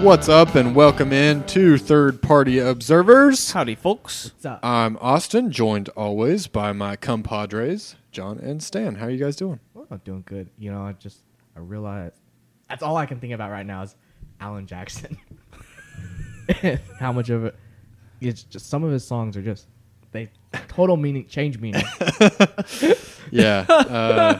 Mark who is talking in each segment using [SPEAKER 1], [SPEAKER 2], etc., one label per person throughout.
[SPEAKER 1] What's up, and welcome in to Third Party Observers.
[SPEAKER 2] Howdy, folks.
[SPEAKER 3] Uh,
[SPEAKER 1] I'm Austin, joined always by my compadres, John and Stan. How are you guys doing?
[SPEAKER 3] I'm doing good. You know, I just I realize that's all I can think about right now is Alan Jackson. How much of it? It's just some of his songs are just they total meaning change meaning.
[SPEAKER 1] Yeah, uh,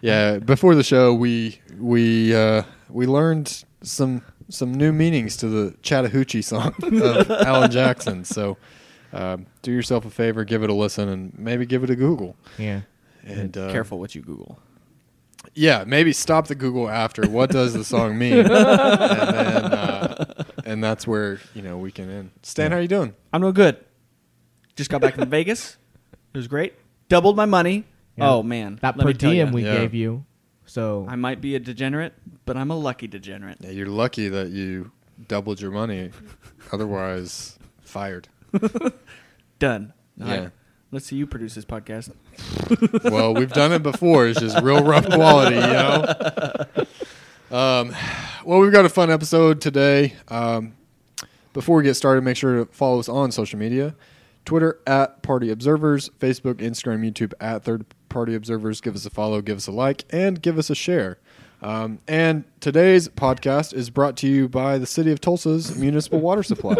[SPEAKER 1] yeah. Before the show, we we uh, we learned some some new meanings to the Chattahoochee song of Alan Jackson. So, um, do yourself a favor, give it a listen, and maybe give it a Google.
[SPEAKER 3] yeah,
[SPEAKER 1] And uh,
[SPEAKER 2] Careful what you Google.
[SPEAKER 1] Yeah, maybe stop the Google after. What does the song mean? and, then, uh, and that's where you know we can end. Stan, how you doing?
[SPEAKER 2] I'm doing good. Just got back from Vegas. It was great. Doubled my money.
[SPEAKER 3] Yeah.
[SPEAKER 2] Oh man,
[SPEAKER 3] that
[SPEAKER 2] Let
[SPEAKER 3] per
[SPEAKER 2] me tell
[SPEAKER 3] diem
[SPEAKER 2] ya.
[SPEAKER 3] we
[SPEAKER 1] Yeah.
[SPEAKER 3] gave you. So
[SPEAKER 2] I might be a degenerate, but I'm a lucky degenerate.
[SPEAKER 1] Yeah, you're lucky that you doubled your money. Otherwise, fired.
[SPEAKER 2] Done. All
[SPEAKER 1] Yeah.
[SPEAKER 2] Let's see you produce this podcast.
[SPEAKER 1] Well, we've done it before. It's just real rough quality, you know. Um, well, we've got a fun episode today. Um, before we get started, make sure to follow us on social media: Twitter at Party Observers, Facebook, Instagram, YouTube at Third Party Observers. Give us a follow, give us a like, and give us a share. Um, and today's podcast is brought to you by the City of Tulsa's municipal water supply.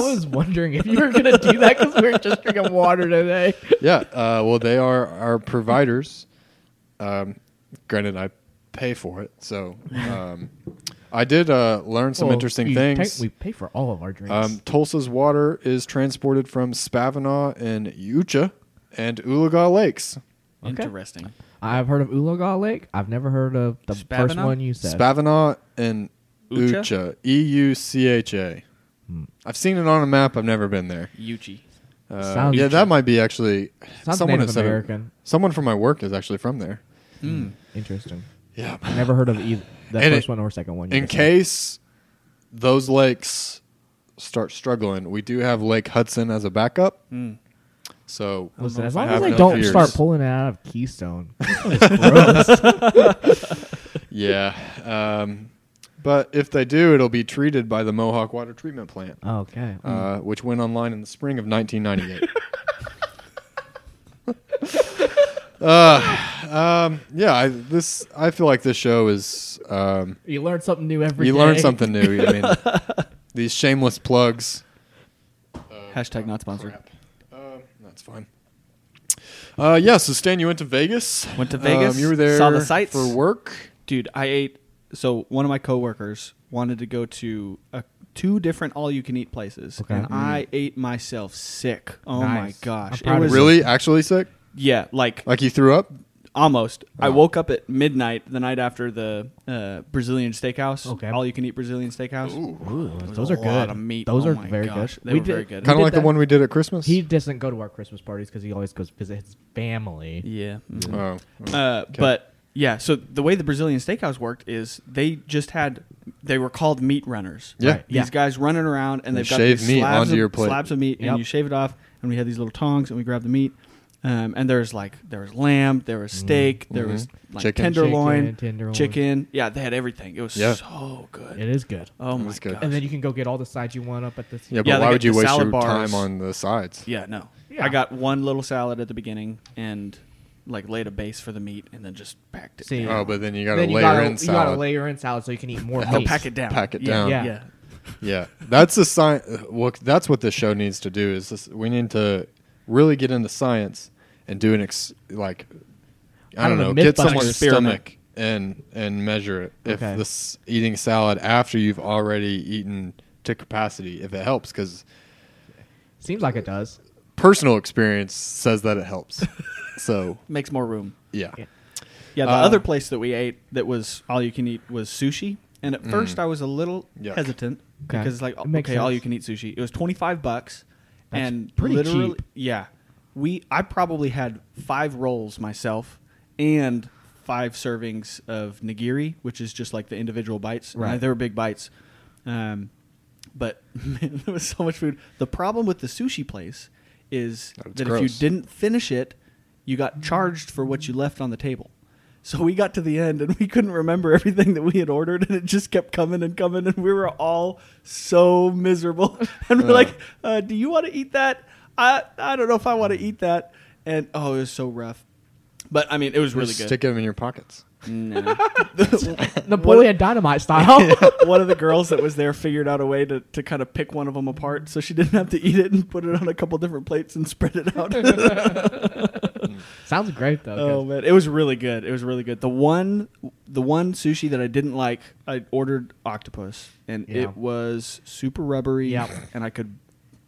[SPEAKER 3] was wondering if you were gonna do that because we are just drinking water today.
[SPEAKER 1] yeah. Uh, well, they are our providers. Um, granted, I pay for it, so um, I did uh, learn some
[SPEAKER 3] Well,
[SPEAKER 1] interesting
[SPEAKER 3] you
[SPEAKER 1] things.
[SPEAKER 3] tec- we pay for all of our drinks.
[SPEAKER 1] um, Tulsa's water is transported from Spavinaw and Ucha and Ulaga Lakes.
[SPEAKER 3] Okay.
[SPEAKER 2] Interesting.
[SPEAKER 3] I've heard of Ulaga Lake. I've never heard of the first
[SPEAKER 2] Spavinaw?
[SPEAKER 3] one you said.
[SPEAKER 1] Spavinaw and
[SPEAKER 2] Ucha?
[SPEAKER 1] Ucha, E U C H A.
[SPEAKER 3] Hmm.
[SPEAKER 1] I've seen it on a map. I've never been there.
[SPEAKER 2] Yuchi.
[SPEAKER 1] Uh,
[SPEAKER 3] Sounds-
[SPEAKER 1] yeah, that might be actually
[SPEAKER 3] Sounds
[SPEAKER 1] someone
[SPEAKER 3] Native
[SPEAKER 1] has said it.
[SPEAKER 3] American.
[SPEAKER 1] Someone from my work is actually from there.
[SPEAKER 3] Hmm.
[SPEAKER 2] Hmm.
[SPEAKER 3] Interesting.
[SPEAKER 1] Yeah.
[SPEAKER 3] Never heard of either the
[SPEAKER 1] And
[SPEAKER 3] first
[SPEAKER 1] it-
[SPEAKER 3] one or second one. you
[SPEAKER 1] In
[SPEAKER 3] just said.
[SPEAKER 1] case those lakes start struggling, we do have Lake Hudson as a backup. So
[SPEAKER 3] Listen, as
[SPEAKER 1] I
[SPEAKER 3] long as
[SPEAKER 1] have
[SPEAKER 3] they
[SPEAKER 1] no
[SPEAKER 3] don't
[SPEAKER 1] fears.
[SPEAKER 3] start pulling it out of Keystone, It's gross.
[SPEAKER 1] yeah, um, but if they do, it'll be treated by the Mohawk Water Treatment Plant,
[SPEAKER 3] okay.
[SPEAKER 2] Hmm.
[SPEAKER 1] uh, which went online in the spring of 1998. uh, um, yeah, I, this I feel like this show is. Um,
[SPEAKER 3] you learn something new every
[SPEAKER 1] you
[SPEAKER 3] day.
[SPEAKER 1] learn something new. I mean, these shameless plugs. Uh,
[SPEAKER 2] Hashtag not sponsored.
[SPEAKER 1] Um, that's fine. Uh, yeah, so Stan, you went to Vegas.
[SPEAKER 2] Went to Vegas,
[SPEAKER 1] Um, you were there
[SPEAKER 2] saw the sights.
[SPEAKER 1] for work.
[SPEAKER 2] Dude, I ate. So one of my coworkers wanted to go to a, two different all-you-can-eat places,
[SPEAKER 3] Okay. Mm.
[SPEAKER 2] and I ate myself sick. Oh
[SPEAKER 3] Nice.
[SPEAKER 2] my gosh!
[SPEAKER 3] I'm proud of you.
[SPEAKER 1] Really, actually sick?
[SPEAKER 2] Yeah, like
[SPEAKER 1] Like you threw up?
[SPEAKER 2] Almost. I
[SPEAKER 1] Oh.
[SPEAKER 2] woke up at midnight the night after the uh, Brazilian steakhouse.
[SPEAKER 3] Okay.
[SPEAKER 2] All you can eat Brazilian steakhouse.
[SPEAKER 3] Ooh,
[SPEAKER 2] It was
[SPEAKER 3] those
[SPEAKER 2] a
[SPEAKER 3] are good.
[SPEAKER 2] lot of meat.
[SPEAKER 3] Those
[SPEAKER 2] Oh
[SPEAKER 3] are
[SPEAKER 2] my
[SPEAKER 3] very
[SPEAKER 2] gosh.
[SPEAKER 3] good.
[SPEAKER 2] They were very good.
[SPEAKER 1] Kind
[SPEAKER 3] we
[SPEAKER 1] of like
[SPEAKER 3] did
[SPEAKER 1] the
[SPEAKER 3] that-
[SPEAKER 1] one we did at Christmas.
[SPEAKER 3] He doesn't go to our Christmas parties because he always goes visit his family.
[SPEAKER 2] Yeah. Mhm.
[SPEAKER 1] oh,
[SPEAKER 2] Uh, But yeah, so the way the Brazilian steakhouse worked is they just had they were called meat runners.
[SPEAKER 1] Yeah.
[SPEAKER 3] Right.
[SPEAKER 2] These
[SPEAKER 3] Yeah.
[SPEAKER 2] guys running around and
[SPEAKER 1] They
[SPEAKER 2] they've got
[SPEAKER 1] shave
[SPEAKER 2] these
[SPEAKER 1] meat
[SPEAKER 2] slabs
[SPEAKER 1] onto
[SPEAKER 2] of,
[SPEAKER 1] your plate.
[SPEAKER 2] slabs of meat
[SPEAKER 3] Yep.
[SPEAKER 2] and you shave it off and we had these little tongs and we grabbed the meat. Um, and there's like there was lamb, there was steak, there was
[SPEAKER 1] Mhm.
[SPEAKER 2] like
[SPEAKER 1] Chicken.
[SPEAKER 2] tenderloin,
[SPEAKER 3] Mm-hmm. Chicken, tenderloin.
[SPEAKER 2] chicken. Yeah, they had everything. It was
[SPEAKER 1] Yeah.
[SPEAKER 2] so good.
[SPEAKER 3] It is good.
[SPEAKER 2] Oh my
[SPEAKER 1] was good.
[SPEAKER 2] god!
[SPEAKER 3] And then you can go get all the sides you want up at this.
[SPEAKER 1] yeah, but
[SPEAKER 2] Yeah, they
[SPEAKER 1] why
[SPEAKER 2] got
[SPEAKER 1] would you
[SPEAKER 2] the
[SPEAKER 1] waste
[SPEAKER 2] salad
[SPEAKER 1] your
[SPEAKER 2] bars.
[SPEAKER 1] time on the sides?
[SPEAKER 2] yeah, no.
[SPEAKER 3] Yeah.
[SPEAKER 2] I got one little salad at the beginning and like laid a base for the meat and then just packed it.
[SPEAKER 3] See.
[SPEAKER 2] down.
[SPEAKER 1] Oh, but then you got to
[SPEAKER 3] Then you
[SPEAKER 1] layer
[SPEAKER 3] gotta-
[SPEAKER 1] in
[SPEAKER 3] You gotta
[SPEAKER 1] salad.
[SPEAKER 3] layer in salad so you can eat more
[SPEAKER 2] No,
[SPEAKER 3] meat.
[SPEAKER 2] pack it down.
[SPEAKER 1] Pack it
[SPEAKER 2] yeah,
[SPEAKER 1] down.
[SPEAKER 2] Yeah.
[SPEAKER 3] Yeah.
[SPEAKER 1] yeah, that's the science. Well, that's what this show needs to do. Is this, we need to really get into science and do an ex like I
[SPEAKER 3] I
[SPEAKER 1] don't
[SPEAKER 3] don't
[SPEAKER 1] know,
[SPEAKER 3] know,
[SPEAKER 1] get
[SPEAKER 3] Mythbusters.
[SPEAKER 1] someone's
[SPEAKER 2] Experiment.
[SPEAKER 1] stomach and and measure it. If
[SPEAKER 3] Okay.
[SPEAKER 1] this eating salad after you've already eaten to capacity, if it helps, because
[SPEAKER 3] Seems like it does.
[SPEAKER 1] personal experience says that it helps. so
[SPEAKER 2] Makes more room.
[SPEAKER 1] yeah,
[SPEAKER 3] Yeah.
[SPEAKER 2] Yeah, the
[SPEAKER 1] Uh,
[SPEAKER 2] other place that we ate that was all you can eat was sushi. And at first I was a little
[SPEAKER 1] Mm. Yuck.
[SPEAKER 2] hesitant
[SPEAKER 3] Okay.
[SPEAKER 2] because it's like
[SPEAKER 3] It makes
[SPEAKER 2] okay, all
[SPEAKER 3] sense.
[SPEAKER 2] you can eat sushi. It was 25 bucks
[SPEAKER 3] That's
[SPEAKER 2] and
[SPEAKER 3] pretty
[SPEAKER 2] literally
[SPEAKER 3] cheap.
[SPEAKER 2] yeah. We I probably had 5 rolls myself and 5 servings of nigiri, which is just like the individual bites. And
[SPEAKER 3] Right.
[SPEAKER 2] they were big bites. Um but man, there was so much food. The problem with the sushi place is
[SPEAKER 1] That it's
[SPEAKER 2] that if you
[SPEAKER 1] gross.
[SPEAKER 2] Mm-hmm. didn't finish it, you got charged for what you left on the table. So we got to the end and we couldn't remember everything that we had ordered, and it just kept coming and coming, and we were all so miserable. And we're
[SPEAKER 1] Uh.
[SPEAKER 2] like, uh, "Do you want to eat that? I I don't know if I want to eat that." And oh, it was so rough. But I mean, it was really
[SPEAKER 1] Just
[SPEAKER 2] good.
[SPEAKER 1] Stick them in your pockets.
[SPEAKER 2] No.
[SPEAKER 3] Napoleon Dynamite style.
[SPEAKER 2] one of the girls that was there figured out a way to, to kind of pick one of them apart so she didn't have to eat it and put it on a couple different plates and spread it out.
[SPEAKER 3] Sounds great though. 'cause
[SPEAKER 2] Oh man, it was really good. It was really good. The one the one sushi that I didn't like, I ordered octopus and
[SPEAKER 3] Yeah.
[SPEAKER 2] it was super rubbery
[SPEAKER 3] Yeah.
[SPEAKER 2] and I could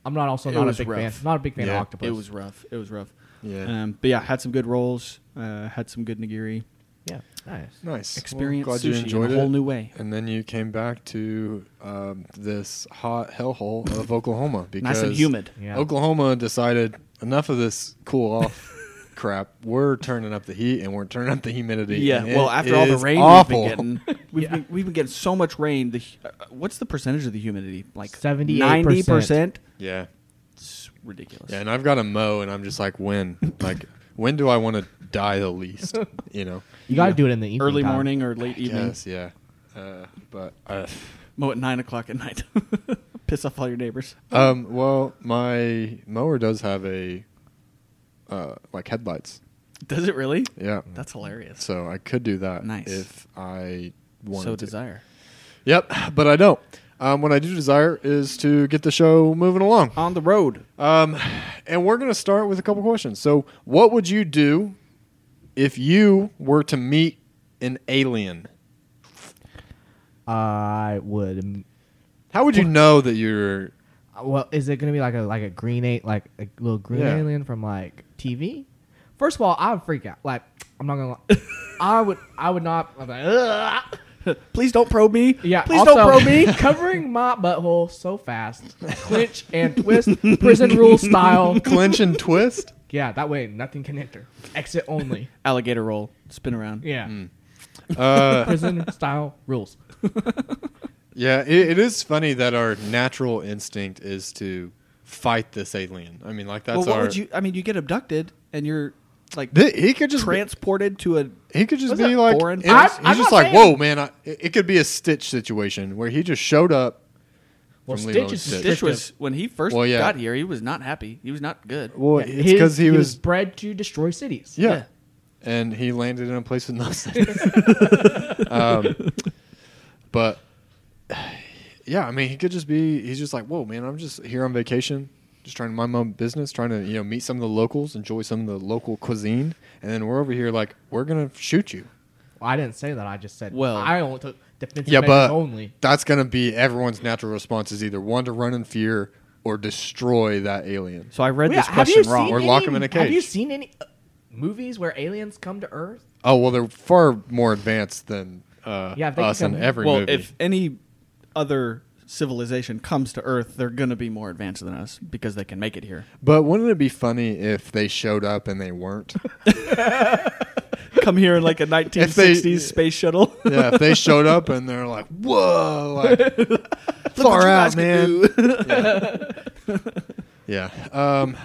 [SPEAKER 3] I'm not also
[SPEAKER 1] It
[SPEAKER 3] not a
[SPEAKER 1] was
[SPEAKER 3] big fan.
[SPEAKER 1] rough.
[SPEAKER 3] Not a big fan
[SPEAKER 1] Yeah,
[SPEAKER 3] of octopus.
[SPEAKER 2] it was rough. It was rough.
[SPEAKER 1] Yeah.
[SPEAKER 2] Um, but yeah, had some good rolls, uh, had some good nigiri.
[SPEAKER 3] yeah, nice.
[SPEAKER 1] Nice. Well,
[SPEAKER 2] Experience
[SPEAKER 1] glad
[SPEAKER 2] sushi
[SPEAKER 1] you
[SPEAKER 2] in
[SPEAKER 1] enjoyed
[SPEAKER 2] a whole
[SPEAKER 1] it.
[SPEAKER 2] new way.
[SPEAKER 1] And then you came back to um, this hot hellhole of Oklahoma because
[SPEAKER 2] Nice and humid.
[SPEAKER 3] Yeah.
[SPEAKER 1] Oklahoma decided enough of this cool off crap. We're turning up the heat and we're turning up the humidity.
[SPEAKER 2] Yeah,
[SPEAKER 1] and it
[SPEAKER 2] well, after all the
[SPEAKER 1] is
[SPEAKER 2] rain
[SPEAKER 1] awful.
[SPEAKER 2] we've been getting, we've, been, we've been getting so much rain. The hu- uh, what's the percentage of the humidity? Like
[SPEAKER 3] 78%.
[SPEAKER 2] percent.
[SPEAKER 1] yeah,
[SPEAKER 2] It's ridiculous.
[SPEAKER 1] yeah, and I've got a mow, and I'm just like, when, like, when do I want to die the least? You know,
[SPEAKER 3] You gotta do it in the evening
[SPEAKER 2] Early
[SPEAKER 3] time.
[SPEAKER 2] morning or late evening.
[SPEAKER 1] yes, yeah, uh, but. Uh,
[SPEAKER 2] Mow at nine o'clock at night. Piss off all your neighbors.
[SPEAKER 1] Um, well, my mower does have a uh, like headlights.
[SPEAKER 2] Does it really?
[SPEAKER 1] Yeah.
[SPEAKER 2] That's hilarious.
[SPEAKER 1] So I could do that
[SPEAKER 2] Nice.
[SPEAKER 1] if I wanted
[SPEAKER 2] So
[SPEAKER 1] to.
[SPEAKER 2] desire.
[SPEAKER 1] Yep, but I don't. Um, what I do desire is to get the show moving along.
[SPEAKER 2] On the road.
[SPEAKER 1] Um, and we're going to start with a couple questions. So, what would you do if you were to meet an alien?
[SPEAKER 3] I would.
[SPEAKER 1] How would you know that you're
[SPEAKER 3] Well, is it gonna be like a like a green eight like a little green
[SPEAKER 1] Yeah.
[SPEAKER 3] alien from like TV? First of all, I would freak out. Like I'm not gonna. lie. I would. I would not. I'm like, "Ugh."
[SPEAKER 2] Please don't probe me.
[SPEAKER 3] Yeah.
[SPEAKER 2] Please
[SPEAKER 3] also,
[SPEAKER 2] don't probe me.
[SPEAKER 3] Covering my butthole so fast, clinch and twist, prison rule style.
[SPEAKER 1] clinch and twist?
[SPEAKER 3] Yeah, that way nothing can enter. Exit only.
[SPEAKER 2] Alligator roll. Spin around.
[SPEAKER 3] Yeah.
[SPEAKER 1] Uh,
[SPEAKER 3] Prison style rules.
[SPEAKER 1] Yeah, it, it is funny that our natural instinct is to fight this alien. I mean, like that's
[SPEAKER 2] well, what
[SPEAKER 1] our.
[SPEAKER 2] would you? I mean, you get abducted and you're like
[SPEAKER 1] Th- he could just
[SPEAKER 2] transported to a
[SPEAKER 1] he could just
[SPEAKER 2] Was
[SPEAKER 1] be
[SPEAKER 2] that
[SPEAKER 1] like
[SPEAKER 2] foreign?
[SPEAKER 1] in-
[SPEAKER 3] I'm-
[SPEAKER 1] he's
[SPEAKER 3] I'm
[SPEAKER 1] just
[SPEAKER 3] not
[SPEAKER 1] like
[SPEAKER 3] saying-
[SPEAKER 1] whoa man. I, it it could be a Stitch situation where he just showed up.
[SPEAKER 3] Well,
[SPEAKER 1] From Lilo
[SPEAKER 3] Stitch
[SPEAKER 1] and
[SPEAKER 3] is
[SPEAKER 1] Stitch.
[SPEAKER 2] Stitch
[SPEAKER 3] descriptive.
[SPEAKER 2] was when he first
[SPEAKER 1] Well, yeah.
[SPEAKER 2] got here. He was not happy. He was not good.
[SPEAKER 1] Well,
[SPEAKER 3] Yeah,
[SPEAKER 1] it's
[SPEAKER 3] his-
[SPEAKER 1] because he, was,
[SPEAKER 3] bred to destroy cities.
[SPEAKER 1] yeah.
[SPEAKER 2] yeah.
[SPEAKER 1] and he landed in a place with nothing. um, but yeah, I mean, he could just be. He's just like whoa man. I'm just here on vacation. Just trying to mind my own business, trying to you know meet some of the locals, enjoy some of the local cuisine, and then we're over here like we're gonna shoot you.
[SPEAKER 3] Well, I didn't say that. I just said.
[SPEAKER 2] Well-
[SPEAKER 3] Well, I only took defensive
[SPEAKER 1] Yeah,
[SPEAKER 3] measures
[SPEAKER 1] but
[SPEAKER 3] only.
[SPEAKER 1] that's going to be everyone's natural response is either one to run in fear or destroy that alien.
[SPEAKER 2] So I read
[SPEAKER 3] Wait,
[SPEAKER 2] this
[SPEAKER 3] have
[SPEAKER 2] question
[SPEAKER 3] you
[SPEAKER 2] wrong.
[SPEAKER 3] seen
[SPEAKER 1] Or
[SPEAKER 3] any-
[SPEAKER 1] lock 'em in a
[SPEAKER 3] Have you
[SPEAKER 1] cage.
[SPEAKER 3] seen any uh, movies where aliens come to Earth?
[SPEAKER 1] Oh well, they're far more advanced than uh,
[SPEAKER 3] Yeah, if they
[SPEAKER 1] us
[SPEAKER 3] can
[SPEAKER 1] in
[SPEAKER 3] come-
[SPEAKER 1] every
[SPEAKER 2] well,
[SPEAKER 1] movie.
[SPEAKER 2] if any other civilization comes to Earth, they're going to be more advanced than us because they can make it here.
[SPEAKER 1] but wouldn't it be funny if they showed up and they weren't?
[SPEAKER 2] Come here in like a 1960s space shuttle.
[SPEAKER 1] yeah, if they showed up and they're like, "Whoa, like, far out, man." yeah. yeah. Um,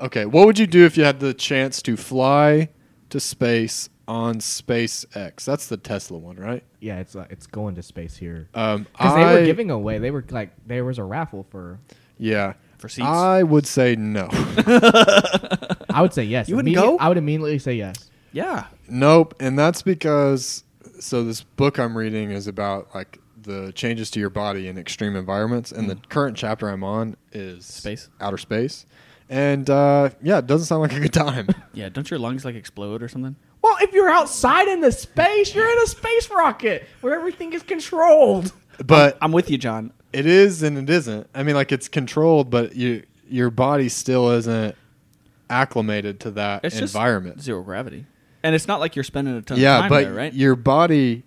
[SPEAKER 1] okay, what would you do if you had the chance to fly to space on SpaceX? That's the Tesla one, right?
[SPEAKER 3] Yeah, it's uh, it's going to space here.
[SPEAKER 2] Uh,
[SPEAKER 1] Um,
[SPEAKER 3] Because they
[SPEAKER 1] I-
[SPEAKER 3] were giving away. They were like there was a raffle for.
[SPEAKER 1] yeah
[SPEAKER 2] For seats?
[SPEAKER 1] I would say no,
[SPEAKER 3] I would say yes.
[SPEAKER 2] You wouldn't
[SPEAKER 3] Immediate-
[SPEAKER 2] go?
[SPEAKER 3] I would immediately say yes.
[SPEAKER 2] yeah.
[SPEAKER 1] nope, and that's because so this book I'm reading is about like the changes to your body in extreme environments, and the current chapter I'm on is
[SPEAKER 2] Mm. Space.
[SPEAKER 1] outer space, and uh, yeah, it doesn't sound like a good time.
[SPEAKER 2] Yeah, don't your lungs like explode or something?
[SPEAKER 3] Well, if you're outside in the space, you're in a space rocket where everything is controlled.
[SPEAKER 1] but
[SPEAKER 2] I'm with you, John.
[SPEAKER 1] it is and it isn't. I mean, like it's controlled, but you your body still isn't acclimated to that
[SPEAKER 2] It's just
[SPEAKER 1] environment.
[SPEAKER 2] zero gravity. And it's not like you're spending a ton of
[SPEAKER 1] yeah,
[SPEAKER 2] time
[SPEAKER 1] but
[SPEAKER 2] there, right?
[SPEAKER 1] your body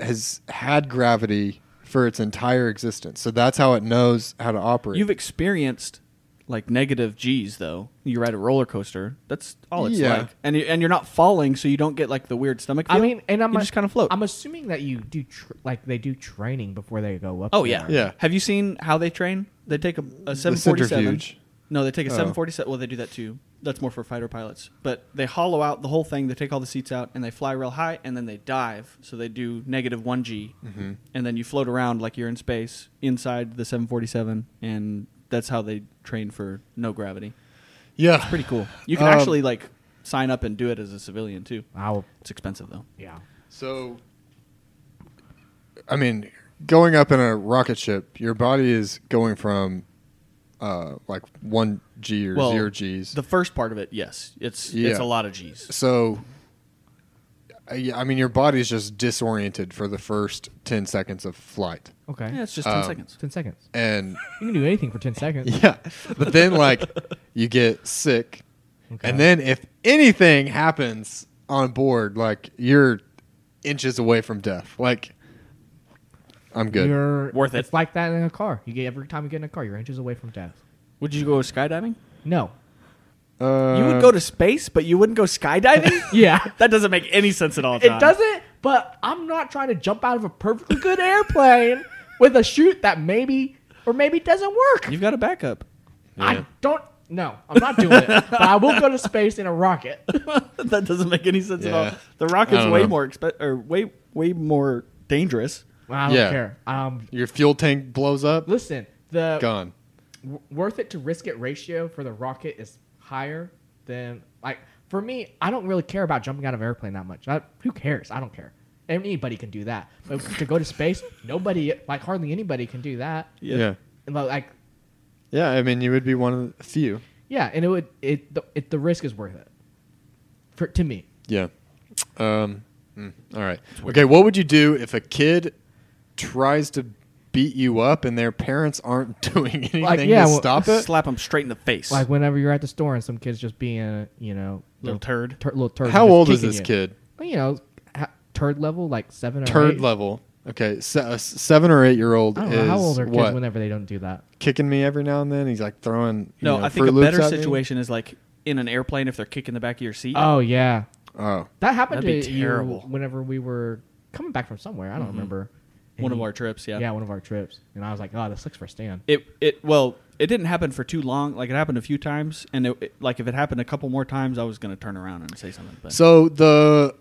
[SPEAKER 1] has had gravity for its entire existence, so that's how it knows how to operate.
[SPEAKER 2] You've experienced like negative G's though. You ride a roller coaster. That's all it's
[SPEAKER 1] Yeah.
[SPEAKER 2] like, and you, and you're not falling, so you don't get like the weird stomach. Feel.
[SPEAKER 3] I mean, and I'm
[SPEAKER 2] you just kind of float.
[SPEAKER 3] I'm assuming that you do tr- like they do training before they go up.
[SPEAKER 2] oh
[SPEAKER 3] there.
[SPEAKER 2] yeah,
[SPEAKER 1] Yeah.
[SPEAKER 2] Have you seen how they train? They take a, a
[SPEAKER 1] the
[SPEAKER 2] 747.
[SPEAKER 1] centrifuge.
[SPEAKER 2] No, they take a
[SPEAKER 1] Oh.
[SPEAKER 2] 747. Well, they do that too. That's more for fighter pilots. But they hollow out the whole thing. They take all the seats out and they fly real high and then they dive. So they do negative 1G.
[SPEAKER 1] Mm-hmm.
[SPEAKER 2] And then you float around like you're in space inside the 747. And that's how they train for no gravity.
[SPEAKER 1] Yeah,
[SPEAKER 2] It's pretty cool. You can
[SPEAKER 1] Um,
[SPEAKER 2] actually like sign up and do it as a civilian too.
[SPEAKER 3] Wow.
[SPEAKER 2] It's expensive though.
[SPEAKER 3] Yeah.
[SPEAKER 1] So, I mean, going up in a rocket ship, your body is going from uh, like one G or
[SPEAKER 2] Well,
[SPEAKER 1] zero Gs.
[SPEAKER 2] The first part of it, yes. It's
[SPEAKER 1] Yeah.
[SPEAKER 2] it's a lot of G's.
[SPEAKER 1] so, I yeah, I mean, your body's just disoriented for the first 10 seconds of flight.
[SPEAKER 3] Okay.
[SPEAKER 2] Yeah, it's just 10
[SPEAKER 1] Um,
[SPEAKER 2] seconds.
[SPEAKER 3] ten seconds.
[SPEAKER 1] And
[SPEAKER 3] You can do anything for ten seconds.
[SPEAKER 1] yeah, but then like you get sick.
[SPEAKER 3] Okay.
[SPEAKER 1] And then if anything happens on board, like you're inches away from death. Like, I'm good.
[SPEAKER 3] You're
[SPEAKER 2] Worth it.
[SPEAKER 3] It's like that in a car. You get every time you get in a car, you're inches away from death.
[SPEAKER 2] Would you go skydiving?
[SPEAKER 3] No.
[SPEAKER 1] Uh,
[SPEAKER 2] you would go to space, but you wouldn't go skydiving?
[SPEAKER 3] Yeah.
[SPEAKER 2] That doesn't make any sense at all. John.
[SPEAKER 3] It doesn't, but I'm not trying to jump out of a perfectly good airplane with a chute that maybe or maybe doesn't work.
[SPEAKER 2] You've got a backup.
[SPEAKER 1] Yeah.
[SPEAKER 3] I don't. No, I'm not doing it. but I will go to space in a rocket.
[SPEAKER 2] that doesn't make any sense at
[SPEAKER 1] Yeah.
[SPEAKER 2] all. The
[SPEAKER 1] I
[SPEAKER 2] rocket's
[SPEAKER 1] don't
[SPEAKER 2] way
[SPEAKER 1] know.
[SPEAKER 2] more exp- or way way more dangerous.
[SPEAKER 3] I don't
[SPEAKER 1] Yeah.
[SPEAKER 3] care. Um,
[SPEAKER 1] Your fuel tank blows up.
[SPEAKER 3] listen, the
[SPEAKER 1] Gone.
[SPEAKER 3] w- worth it to risk it ratio for the rocket is higher than like for me. I don't really care about jumping out of an airplane that much. I, who cares? I don't care. Anybody can do that. But to go to space, nobody, like hardly anybody, can do that.
[SPEAKER 1] Yeah. yeah.
[SPEAKER 3] And, Like
[SPEAKER 1] I mean, you would be one of the few.
[SPEAKER 3] Yeah, and it would it the, it the risk is worth it. For to me,
[SPEAKER 1] Yeah. Um, mm, all right. Okay. What would you do if a kid tries to beat you up and their parents aren't doing anything
[SPEAKER 3] yeah,
[SPEAKER 1] to
[SPEAKER 3] well-
[SPEAKER 1] stop it?
[SPEAKER 2] Slap him straight in the face.
[SPEAKER 3] like whenever you're at the store and some kids just being a you know
[SPEAKER 2] Little
[SPEAKER 3] they're
[SPEAKER 2] turd.
[SPEAKER 3] tur- little turd.
[SPEAKER 1] How
[SPEAKER 3] just
[SPEAKER 1] old is
[SPEAKER 3] kicking
[SPEAKER 1] this
[SPEAKER 3] you.
[SPEAKER 1] kid?
[SPEAKER 3] Well, you know, ha- turd level like seven or
[SPEAKER 1] Turd
[SPEAKER 3] eight.
[SPEAKER 1] level. Okay. Se- a s- seven or eight year old
[SPEAKER 3] I
[SPEAKER 1] is
[SPEAKER 3] don't know how old are kids
[SPEAKER 1] what?
[SPEAKER 3] whenever they don't do that.
[SPEAKER 1] Kicking me every now and then. He's like throwing. you
[SPEAKER 2] no,
[SPEAKER 1] know,
[SPEAKER 2] I think a
[SPEAKER 1] Froot Loops
[SPEAKER 2] better
[SPEAKER 1] at me.
[SPEAKER 2] situation is like in an airplane if they're kicking the back of your seat.
[SPEAKER 3] Oh yeah,
[SPEAKER 1] Oh.
[SPEAKER 3] that happened
[SPEAKER 2] That'd be
[SPEAKER 3] to you
[SPEAKER 2] terrible. Mm-hmm.
[SPEAKER 3] whenever we were coming back from somewhere. I don't remember. And
[SPEAKER 2] one of
[SPEAKER 3] he-
[SPEAKER 2] our trips, yeah.
[SPEAKER 3] yeah. one of our trips, and I was like, oh, this looks for Stan.
[SPEAKER 2] It it well, it didn't happen for too long. Like it happened a few times, and it, it- like if it happened a couple more times, I was gonna turn around and say something. But
[SPEAKER 1] So the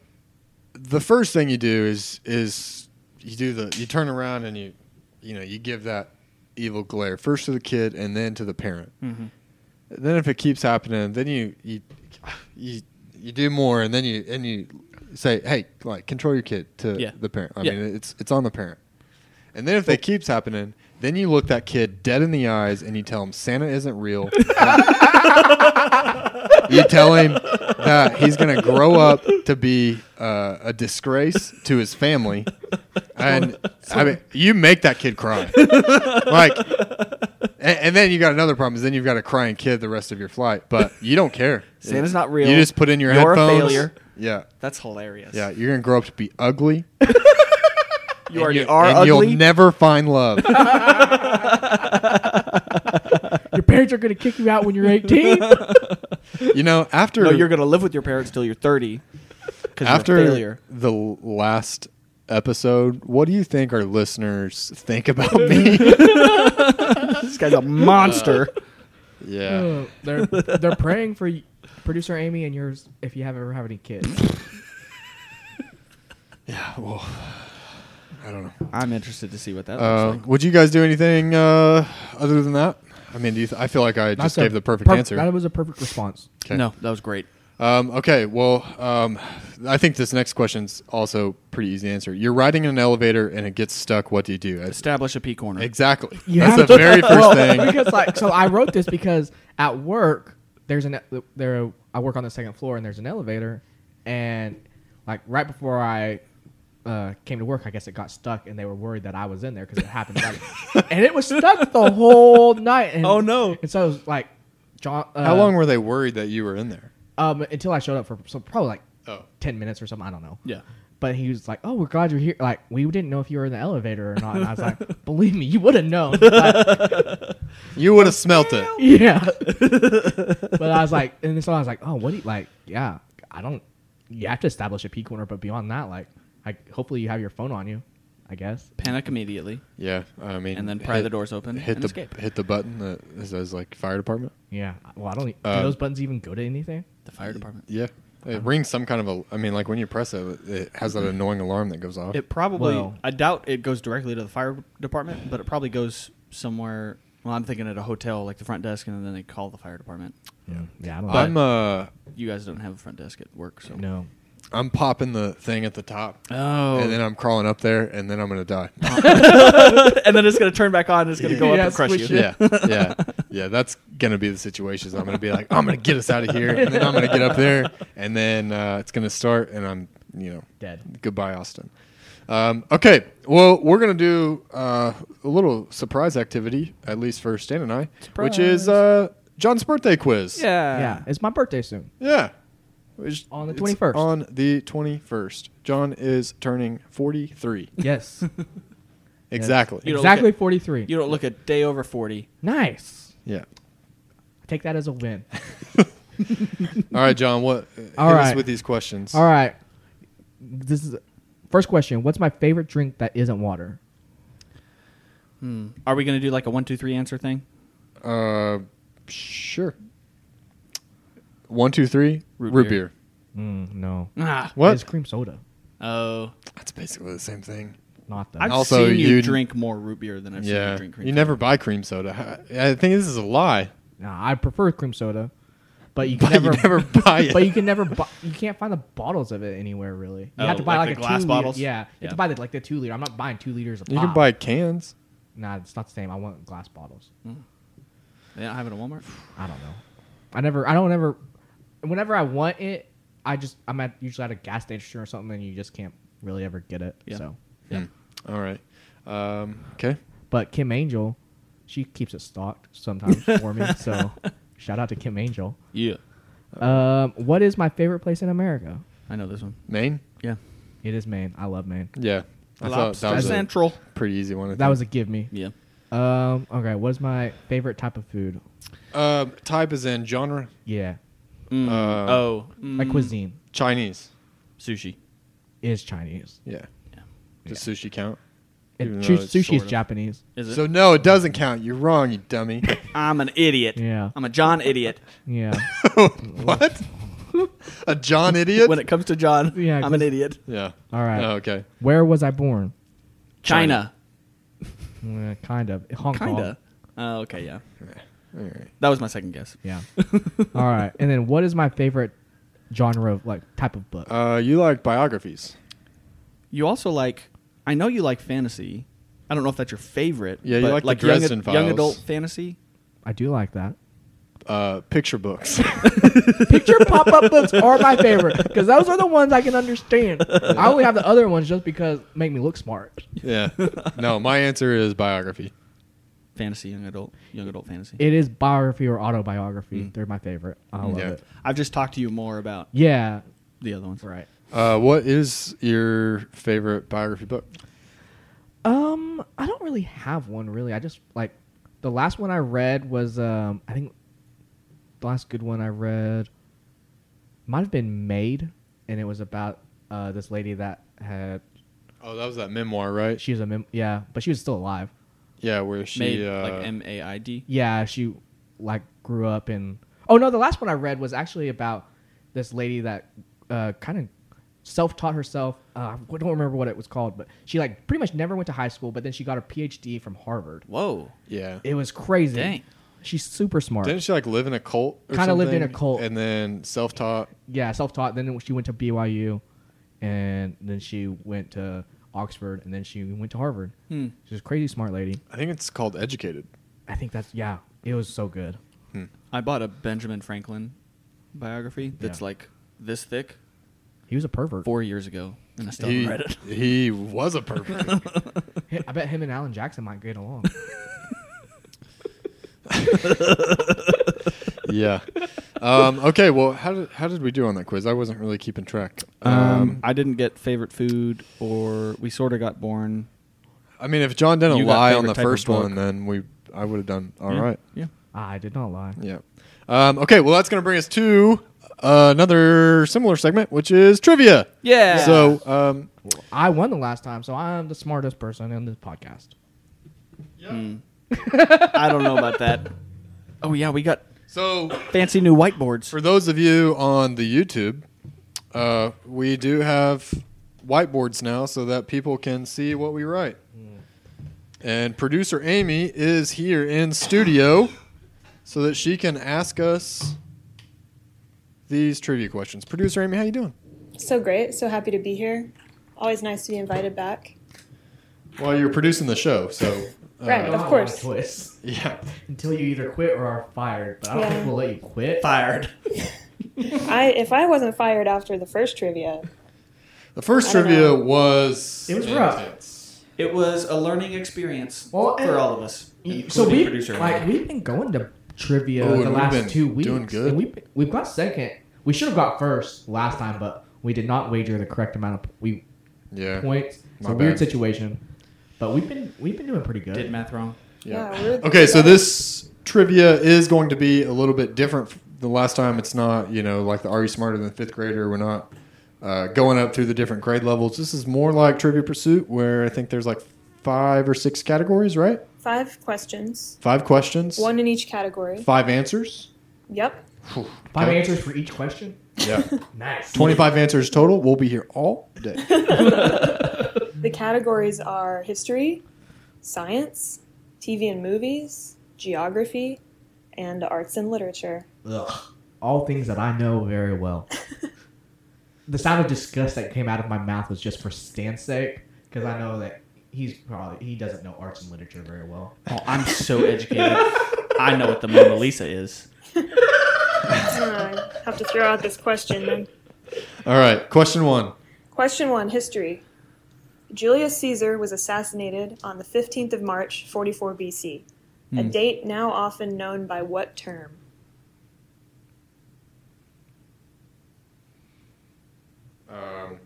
[SPEAKER 1] the first thing you do is is you do the you turn around and you you know you give that evil glare first to the kid and then to the parent.
[SPEAKER 2] Mm-hmm.
[SPEAKER 1] Then if it keeps happening, then you you you you do more and then you and you say hey like control your kid to
[SPEAKER 2] Yeah.
[SPEAKER 1] the parent. I
[SPEAKER 2] Yeah.
[SPEAKER 1] mean it's it's on the parent. And then if that keeps happening, then you look that kid dead in the eyes and you tell him Santa isn't real. you tell him that he's going to grow up to be uh, a disgrace to his family. And I mean, you make that kid cry. like, and, and then you got another problem is then you've got a crying kid the rest of your flight, but you don't care.
[SPEAKER 2] Santa's not real.
[SPEAKER 1] You just put in your
[SPEAKER 2] You're a
[SPEAKER 1] headphones.
[SPEAKER 2] failure.
[SPEAKER 1] Yeah.
[SPEAKER 2] that's hilarious.
[SPEAKER 1] Yeah. You're going to grow up to be ugly.
[SPEAKER 2] you already
[SPEAKER 1] you,
[SPEAKER 2] are
[SPEAKER 1] and
[SPEAKER 2] ugly.
[SPEAKER 1] you'll never find love.
[SPEAKER 3] Your parents are gonna kick you out when you're 18.
[SPEAKER 1] you know, after
[SPEAKER 2] no, you're gonna live with your parents till you're thirty. Because
[SPEAKER 1] after
[SPEAKER 2] you're a failure.
[SPEAKER 1] the last episode, what do you think our listeners think about me?
[SPEAKER 2] This guy's a monster.
[SPEAKER 1] yeah.
[SPEAKER 3] Oh, they're they're praying for y- producer Amy and yours if you have ever have any kids.
[SPEAKER 1] Yeah. Well, I don't know.
[SPEAKER 2] I'm interested to see what that
[SPEAKER 1] Uh,
[SPEAKER 2] looks like.
[SPEAKER 1] would you guys do anything uh, other than that? I mean, do you th- I feel like I just
[SPEAKER 3] That's a
[SPEAKER 1] gave the perfect
[SPEAKER 3] perf-
[SPEAKER 1] answer.
[SPEAKER 3] That was a perfect response.
[SPEAKER 1] Okay.
[SPEAKER 2] No, that was great.
[SPEAKER 1] Um, okay, well, um, I think this next question's also pretty easy to answer. You're riding in an elevator and it gets stuck. What do you do? It's-
[SPEAKER 2] Establish a P corner.
[SPEAKER 1] Exactly.
[SPEAKER 3] You
[SPEAKER 1] That's
[SPEAKER 3] have
[SPEAKER 1] the
[SPEAKER 3] to-
[SPEAKER 1] very first
[SPEAKER 3] Well,
[SPEAKER 1] thing.
[SPEAKER 3] Because like, so I wrote this because at work there's an there I work on the second floor and there's an elevator, and like right before I uh, came to work, I guess it got stuck and they were worried that I was in there because it happened, right- and it was stuck the whole night. And,
[SPEAKER 2] Oh, no.
[SPEAKER 3] And so it was like, John, uh,
[SPEAKER 1] How long were they worried that you were in there?
[SPEAKER 3] Um, until I showed up for so probably like
[SPEAKER 1] Oh.
[SPEAKER 3] ten minutes or something. I don't know.
[SPEAKER 2] Yeah.
[SPEAKER 3] But he was like, "Oh, we're glad you're here." Like we didn't know if you were in the elevator or not. And I was like, "Believe me, you would have known." Like,
[SPEAKER 1] You would have smelt it.
[SPEAKER 3] Yeah. but I was like, and so I was like, oh, what do you like? Yeah, I don't. You have to establish a P corner, but beyond that, like, I hopefully you have your phone on you. I guess.
[SPEAKER 2] Panic immediately,
[SPEAKER 1] Yeah, I mean,
[SPEAKER 2] and then pry the doors open
[SPEAKER 1] Hit
[SPEAKER 2] and
[SPEAKER 1] the
[SPEAKER 2] escape.
[SPEAKER 1] hit the button that says like fire department.
[SPEAKER 3] Yeah. Well, I don't.
[SPEAKER 1] Uh,
[SPEAKER 3] do those buttons even go to anything?
[SPEAKER 2] The fire department.
[SPEAKER 1] Yeah, it rings some kind of a. I mean, like when you press it, it has that annoying alarm that goes off.
[SPEAKER 2] It probably.
[SPEAKER 3] Well-
[SPEAKER 2] I doubt it goes directly to the fire department, but it probably goes somewhere. Well, I'm thinking at a hotel, like the front desk, and then they call the fire department.
[SPEAKER 3] Yeah. Yeah. I don't.
[SPEAKER 1] I'm uh,
[SPEAKER 2] You guys don't have a front desk at work, so
[SPEAKER 3] no.
[SPEAKER 1] I'm popping the thing at the top,
[SPEAKER 2] Oh,
[SPEAKER 1] and then I'm crawling up there, and then I'm gonna die.
[SPEAKER 2] and then it's gonna turn back on. and It's gonna go up
[SPEAKER 3] Yeah,
[SPEAKER 2] and crush you.
[SPEAKER 3] squish it.
[SPEAKER 1] yeah, yeah, yeah. That's gonna be the situation. is I'm gonna be like, I'm gonna get us out of here, and then I'm gonna get up there, and then uh, it's gonna start, and I'm, you know,
[SPEAKER 3] Dead.
[SPEAKER 1] Goodbye, Austin. Um, okay, well, we're gonna do uh, a little surprise activity, at least for Stan and I, which is
[SPEAKER 2] Surprise.
[SPEAKER 1] uh, John's birthday quiz.
[SPEAKER 2] Uh,
[SPEAKER 3] yeah. It's my birthday soon.
[SPEAKER 1] yeah. Which-
[SPEAKER 3] On the
[SPEAKER 1] it's
[SPEAKER 3] 21st.
[SPEAKER 1] On the twenty first, John is turning forty three.
[SPEAKER 3] Yes.
[SPEAKER 1] Exactly.
[SPEAKER 2] You don't
[SPEAKER 3] exactly
[SPEAKER 2] look
[SPEAKER 3] forty three.
[SPEAKER 2] You don't look a day over forty.
[SPEAKER 3] Nice.
[SPEAKER 1] Yeah.
[SPEAKER 3] Take that as a win.
[SPEAKER 1] All right, John. What?
[SPEAKER 3] All
[SPEAKER 1] hit us
[SPEAKER 3] right.
[SPEAKER 1] with these questions.
[SPEAKER 3] All right. This is first question. What's my favorite drink that isn't water?
[SPEAKER 2] Hmm. Are we gonna do like a one, two, three answer thing?
[SPEAKER 1] Uh, sure. One, two, three.
[SPEAKER 2] Root
[SPEAKER 1] root beer.
[SPEAKER 2] beer.
[SPEAKER 3] Mm, no.
[SPEAKER 2] Ah,
[SPEAKER 1] What?
[SPEAKER 3] It's cream soda.
[SPEAKER 2] oh.
[SPEAKER 1] That's basically the same thing.
[SPEAKER 3] Not that.
[SPEAKER 2] I've
[SPEAKER 1] Also,
[SPEAKER 2] seen you,
[SPEAKER 1] you-
[SPEAKER 2] drink more root beer than I've seen you
[SPEAKER 1] yeah.
[SPEAKER 2] drink cream.
[SPEAKER 1] You
[SPEAKER 2] soda.
[SPEAKER 1] never buy cream soda. I I think this is a lie.
[SPEAKER 3] Nah, I prefer cream soda, but you
[SPEAKER 1] But
[SPEAKER 3] can never,
[SPEAKER 1] you never buy it.
[SPEAKER 3] but you can never, bu- you can't find the bottles of it anywhere really. You
[SPEAKER 2] Oh,
[SPEAKER 3] have to buy
[SPEAKER 2] like
[SPEAKER 3] like,
[SPEAKER 2] the
[SPEAKER 3] a
[SPEAKER 2] glass
[SPEAKER 3] two
[SPEAKER 2] bottles?
[SPEAKER 3] Liter, yeah, you have
[SPEAKER 2] Yeah.
[SPEAKER 3] to buy the, like the two liter. I'm not buying two liters of.
[SPEAKER 1] You can buy cans.
[SPEAKER 3] Nah, it's not the same. I want glass bottles.
[SPEAKER 2] They don't have it at Walmart.
[SPEAKER 3] I don't know. I never. I don't ever. Whenever I want it, I just I'm at usually at a gas station or something, and you just can't really ever get it.
[SPEAKER 2] Yeah.
[SPEAKER 3] So,
[SPEAKER 1] Hmm.
[SPEAKER 2] Yeah.
[SPEAKER 1] All right. Um, okay.
[SPEAKER 3] but Kim Angel, she keeps it stocked sometimes for me. So, shout out to Kim Angel.
[SPEAKER 2] Yeah.
[SPEAKER 3] Um, what is my favorite place in America?
[SPEAKER 2] I know this one.
[SPEAKER 1] Maine.
[SPEAKER 2] Yeah.
[SPEAKER 3] It is Maine. I love Maine.
[SPEAKER 1] Yeah. I thought that was a
[SPEAKER 2] Central.
[SPEAKER 1] pretty easy one. I
[SPEAKER 3] That was a
[SPEAKER 1] think.
[SPEAKER 3] give me.
[SPEAKER 2] Yeah.
[SPEAKER 3] Um. Okay. What is my favorite type of food?
[SPEAKER 1] Um, type is in genre
[SPEAKER 3] Yeah,
[SPEAKER 2] Mm.
[SPEAKER 1] Uh,
[SPEAKER 2] oh.
[SPEAKER 3] my
[SPEAKER 2] mm,
[SPEAKER 3] cuisine
[SPEAKER 1] Chinese.
[SPEAKER 2] Sushi.
[SPEAKER 3] is Chinese.
[SPEAKER 1] Yeah.
[SPEAKER 2] Yeah.
[SPEAKER 1] Does sushi count? Even
[SPEAKER 3] And
[SPEAKER 1] though
[SPEAKER 3] chu-
[SPEAKER 1] it's
[SPEAKER 3] sushi
[SPEAKER 1] sort
[SPEAKER 3] is
[SPEAKER 1] of-
[SPEAKER 3] Japanese.
[SPEAKER 2] Is it?
[SPEAKER 1] So no, it doesn't count. You're wrong, you dummy.
[SPEAKER 2] I'm an idiot.
[SPEAKER 3] Yeah.
[SPEAKER 2] I'm a John idiot.
[SPEAKER 3] Yeah.
[SPEAKER 1] what? a John idiot?
[SPEAKER 2] when it comes to John,
[SPEAKER 3] Yeah,
[SPEAKER 2] I'm an
[SPEAKER 3] cause-
[SPEAKER 2] idiot.
[SPEAKER 1] yeah.
[SPEAKER 3] All right.
[SPEAKER 1] Oh, okay.
[SPEAKER 3] Where was I born?
[SPEAKER 2] China.
[SPEAKER 3] Mm, kind of Hong Kong.
[SPEAKER 2] Kinda. Oh, okay. Yeah.
[SPEAKER 1] All right.
[SPEAKER 2] That was my second guess.
[SPEAKER 3] Yeah. All right. And then what is my favorite genre of like type of book?
[SPEAKER 1] Uh, you like biographies?
[SPEAKER 2] You also like. I know you like fantasy. I don't know if that's your favorite.
[SPEAKER 1] Yeah, you
[SPEAKER 2] but
[SPEAKER 1] like the
[SPEAKER 2] like young,
[SPEAKER 1] Dresden
[SPEAKER 2] young
[SPEAKER 1] Files.
[SPEAKER 2] adult fantasy.
[SPEAKER 3] I do like that.
[SPEAKER 1] Uh, picture books.
[SPEAKER 3] Picture pop up books are my favorite because those are the ones I can understand. I only have the other ones just because make me look smart.
[SPEAKER 1] yeah. No, my answer is biography.
[SPEAKER 2] Fantasy, young adult, young adult fantasy.
[SPEAKER 3] It is biography or autobiography. They're my favorite. I love
[SPEAKER 1] Mm. Yeah.
[SPEAKER 3] it.
[SPEAKER 2] I've just talked to you more about
[SPEAKER 3] Yeah.
[SPEAKER 2] the other ones.
[SPEAKER 3] Right.
[SPEAKER 1] Uh, what is your favorite biography book?
[SPEAKER 3] Um, I don't really have one really. I just like the last one I read was um I think the last good one I read might have been Made, and it was about uh this lady that had
[SPEAKER 1] Oh, that was that memoir, right?
[SPEAKER 3] she was a mem- yeah, but she was still alive.
[SPEAKER 1] yeah, where she
[SPEAKER 2] Made,
[SPEAKER 1] uh,
[SPEAKER 2] like M A I D.
[SPEAKER 3] Yeah, she like grew up in oh no, the last one I read was actually about this lady that uh kind of self taught herself. Uh, I don't remember what it was called, but she like pretty much never went to high school, but then she got her PhD from Harvard.
[SPEAKER 2] Whoa.
[SPEAKER 1] yeah.
[SPEAKER 3] It was crazy.
[SPEAKER 2] Dang.
[SPEAKER 3] She's super smart.
[SPEAKER 1] Didn't she like live in a cult? or
[SPEAKER 3] Kinda lived in
[SPEAKER 1] something?
[SPEAKER 3] a cult.
[SPEAKER 1] and then self-taught.
[SPEAKER 3] yeah, self-taught. Then she went to BYU, and then she went to Oxford, and then she went to Harvard.
[SPEAKER 2] Hmm.
[SPEAKER 3] She's a crazy smart lady.
[SPEAKER 1] I think it's called Educated.
[SPEAKER 3] I think that's yeah. It was so good.
[SPEAKER 2] I bought a Benjamin Franklin biography that's
[SPEAKER 3] Yeah.
[SPEAKER 2] like this thick
[SPEAKER 3] He was a pervert.
[SPEAKER 2] four years ago, and I still
[SPEAKER 1] He,
[SPEAKER 2] haven't read it.
[SPEAKER 1] he was a pervert.
[SPEAKER 3] Hi- I bet him and Alan Jackson might get along.
[SPEAKER 1] yeah. Um, okay. Well, how did how did we do on that quiz? I wasn't really keeping track. Um,
[SPEAKER 2] I didn't get favorite food, or we sort of got born.
[SPEAKER 1] I mean, if John didn't
[SPEAKER 2] you got
[SPEAKER 1] lie on
[SPEAKER 2] favorite
[SPEAKER 1] the
[SPEAKER 2] type of
[SPEAKER 1] first
[SPEAKER 2] book.
[SPEAKER 1] one, then we I would have done all right.
[SPEAKER 2] All right. yeah.
[SPEAKER 3] I did not lie.
[SPEAKER 1] Yeah. Um, okay. Well, that's going to bring us to uh, another similar segment, which is trivia.
[SPEAKER 2] Yeah.
[SPEAKER 1] So, um,
[SPEAKER 3] I won the last time, so I'm the smartest person in this podcast.
[SPEAKER 2] I don't know about that. Oh yeah, we got
[SPEAKER 1] so
[SPEAKER 2] fancy new whiteboards.
[SPEAKER 1] for those of you on the YouTube, uh, we do have whiteboards now so that people can see what we write. And producer Amy is here in studio so that she can ask us these trivia questions. Producer Amy, how you doing?
[SPEAKER 4] So great. So happy to be here. Always nice to be invited back.
[SPEAKER 1] Well, you're producing the show, so uh,
[SPEAKER 4] Right, of course.
[SPEAKER 3] Twist.
[SPEAKER 1] yeah.
[SPEAKER 3] Until you either quit or are fired, but I don't
[SPEAKER 4] Yeah.
[SPEAKER 3] think we'll let you quit.
[SPEAKER 2] Fired.
[SPEAKER 4] I if I wasn't fired after the first trivia,
[SPEAKER 1] The first
[SPEAKER 4] I don't
[SPEAKER 1] trivia
[SPEAKER 4] know.
[SPEAKER 1] was
[SPEAKER 3] It was rough.
[SPEAKER 1] intense.
[SPEAKER 2] It was a learning experience
[SPEAKER 3] Well, and-
[SPEAKER 2] for all of us.
[SPEAKER 3] You- E, So
[SPEAKER 2] including
[SPEAKER 3] we
[SPEAKER 2] producer
[SPEAKER 3] like
[SPEAKER 2] Ryan.
[SPEAKER 3] we've been going to trivia
[SPEAKER 1] Oh, and
[SPEAKER 3] the
[SPEAKER 1] we've
[SPEAKER 3] last
[SPEAKER 1] been
[SPEAKER 3] two weeks.
[SPEAKER 1] doing good.
[SPEAKER 3] And we we've got second. We should have got first last time, but we did not wager the correct amount of we
[SPEAKER 1] Yeah.
[SPEAKER 3] points. It's
[SPEAKER 1] My
[SPEAKER 3] a weird
[SPEAKER 1] bad.
[SPEAKER 3] situation, but we've been we've been doing pretty good.
[SPEAKER 2] did math wrong.
[SPEAKER 1] Yeah.
[SPEAKER 4] Yeah, we're-
[SPEAKER 1] okay, so this trivia is going to be a little bit different. f- The last time it's not, you know, like the Are You Smarter Than a Fifth Grader? We're not uh, going up through the different grade levels. This is more like Trivia Pursuit, where I think there's like five or six categories, right?
[SPEAKER 4] five questions,
[SPEAKER 1] Five questions,
[SPEAKER 4] one in each category.
[SPEAKER 1] five answers.
[SPEAKER 4] Yep.
[SPEAKER 3] Five
[SPEAKER 1] Okay.
[SPEAKER 3] answers for each question.
[SPEAKER 1] Yeah.
[SPEAKER 3] Nice.
[SPEAKER 1] 25 answers total. We'll be here all day.
[SPEAKER 4] The categories are history, science, TV and movies, geography, and arts and literature.
[SPEAKER 3] Ugh. All things that I know very well. the sound of disgust that came out of my mouth was just for Stan's sake, because I know that he's probably he doesn't know arts and literature very well.
[SPEAKER 2] Oh, I'm so educated. I know what the Mona Lisa is.
[SPEAKER 4] I have to throw out this question then.
[SPEAKER 1] All right, question one.
[SPEAKER 4] Question one History. Julius Caesar was assassinated on the 15th of March, 44 BC, a date now often known by what term?
[SPEAKER 1] Um,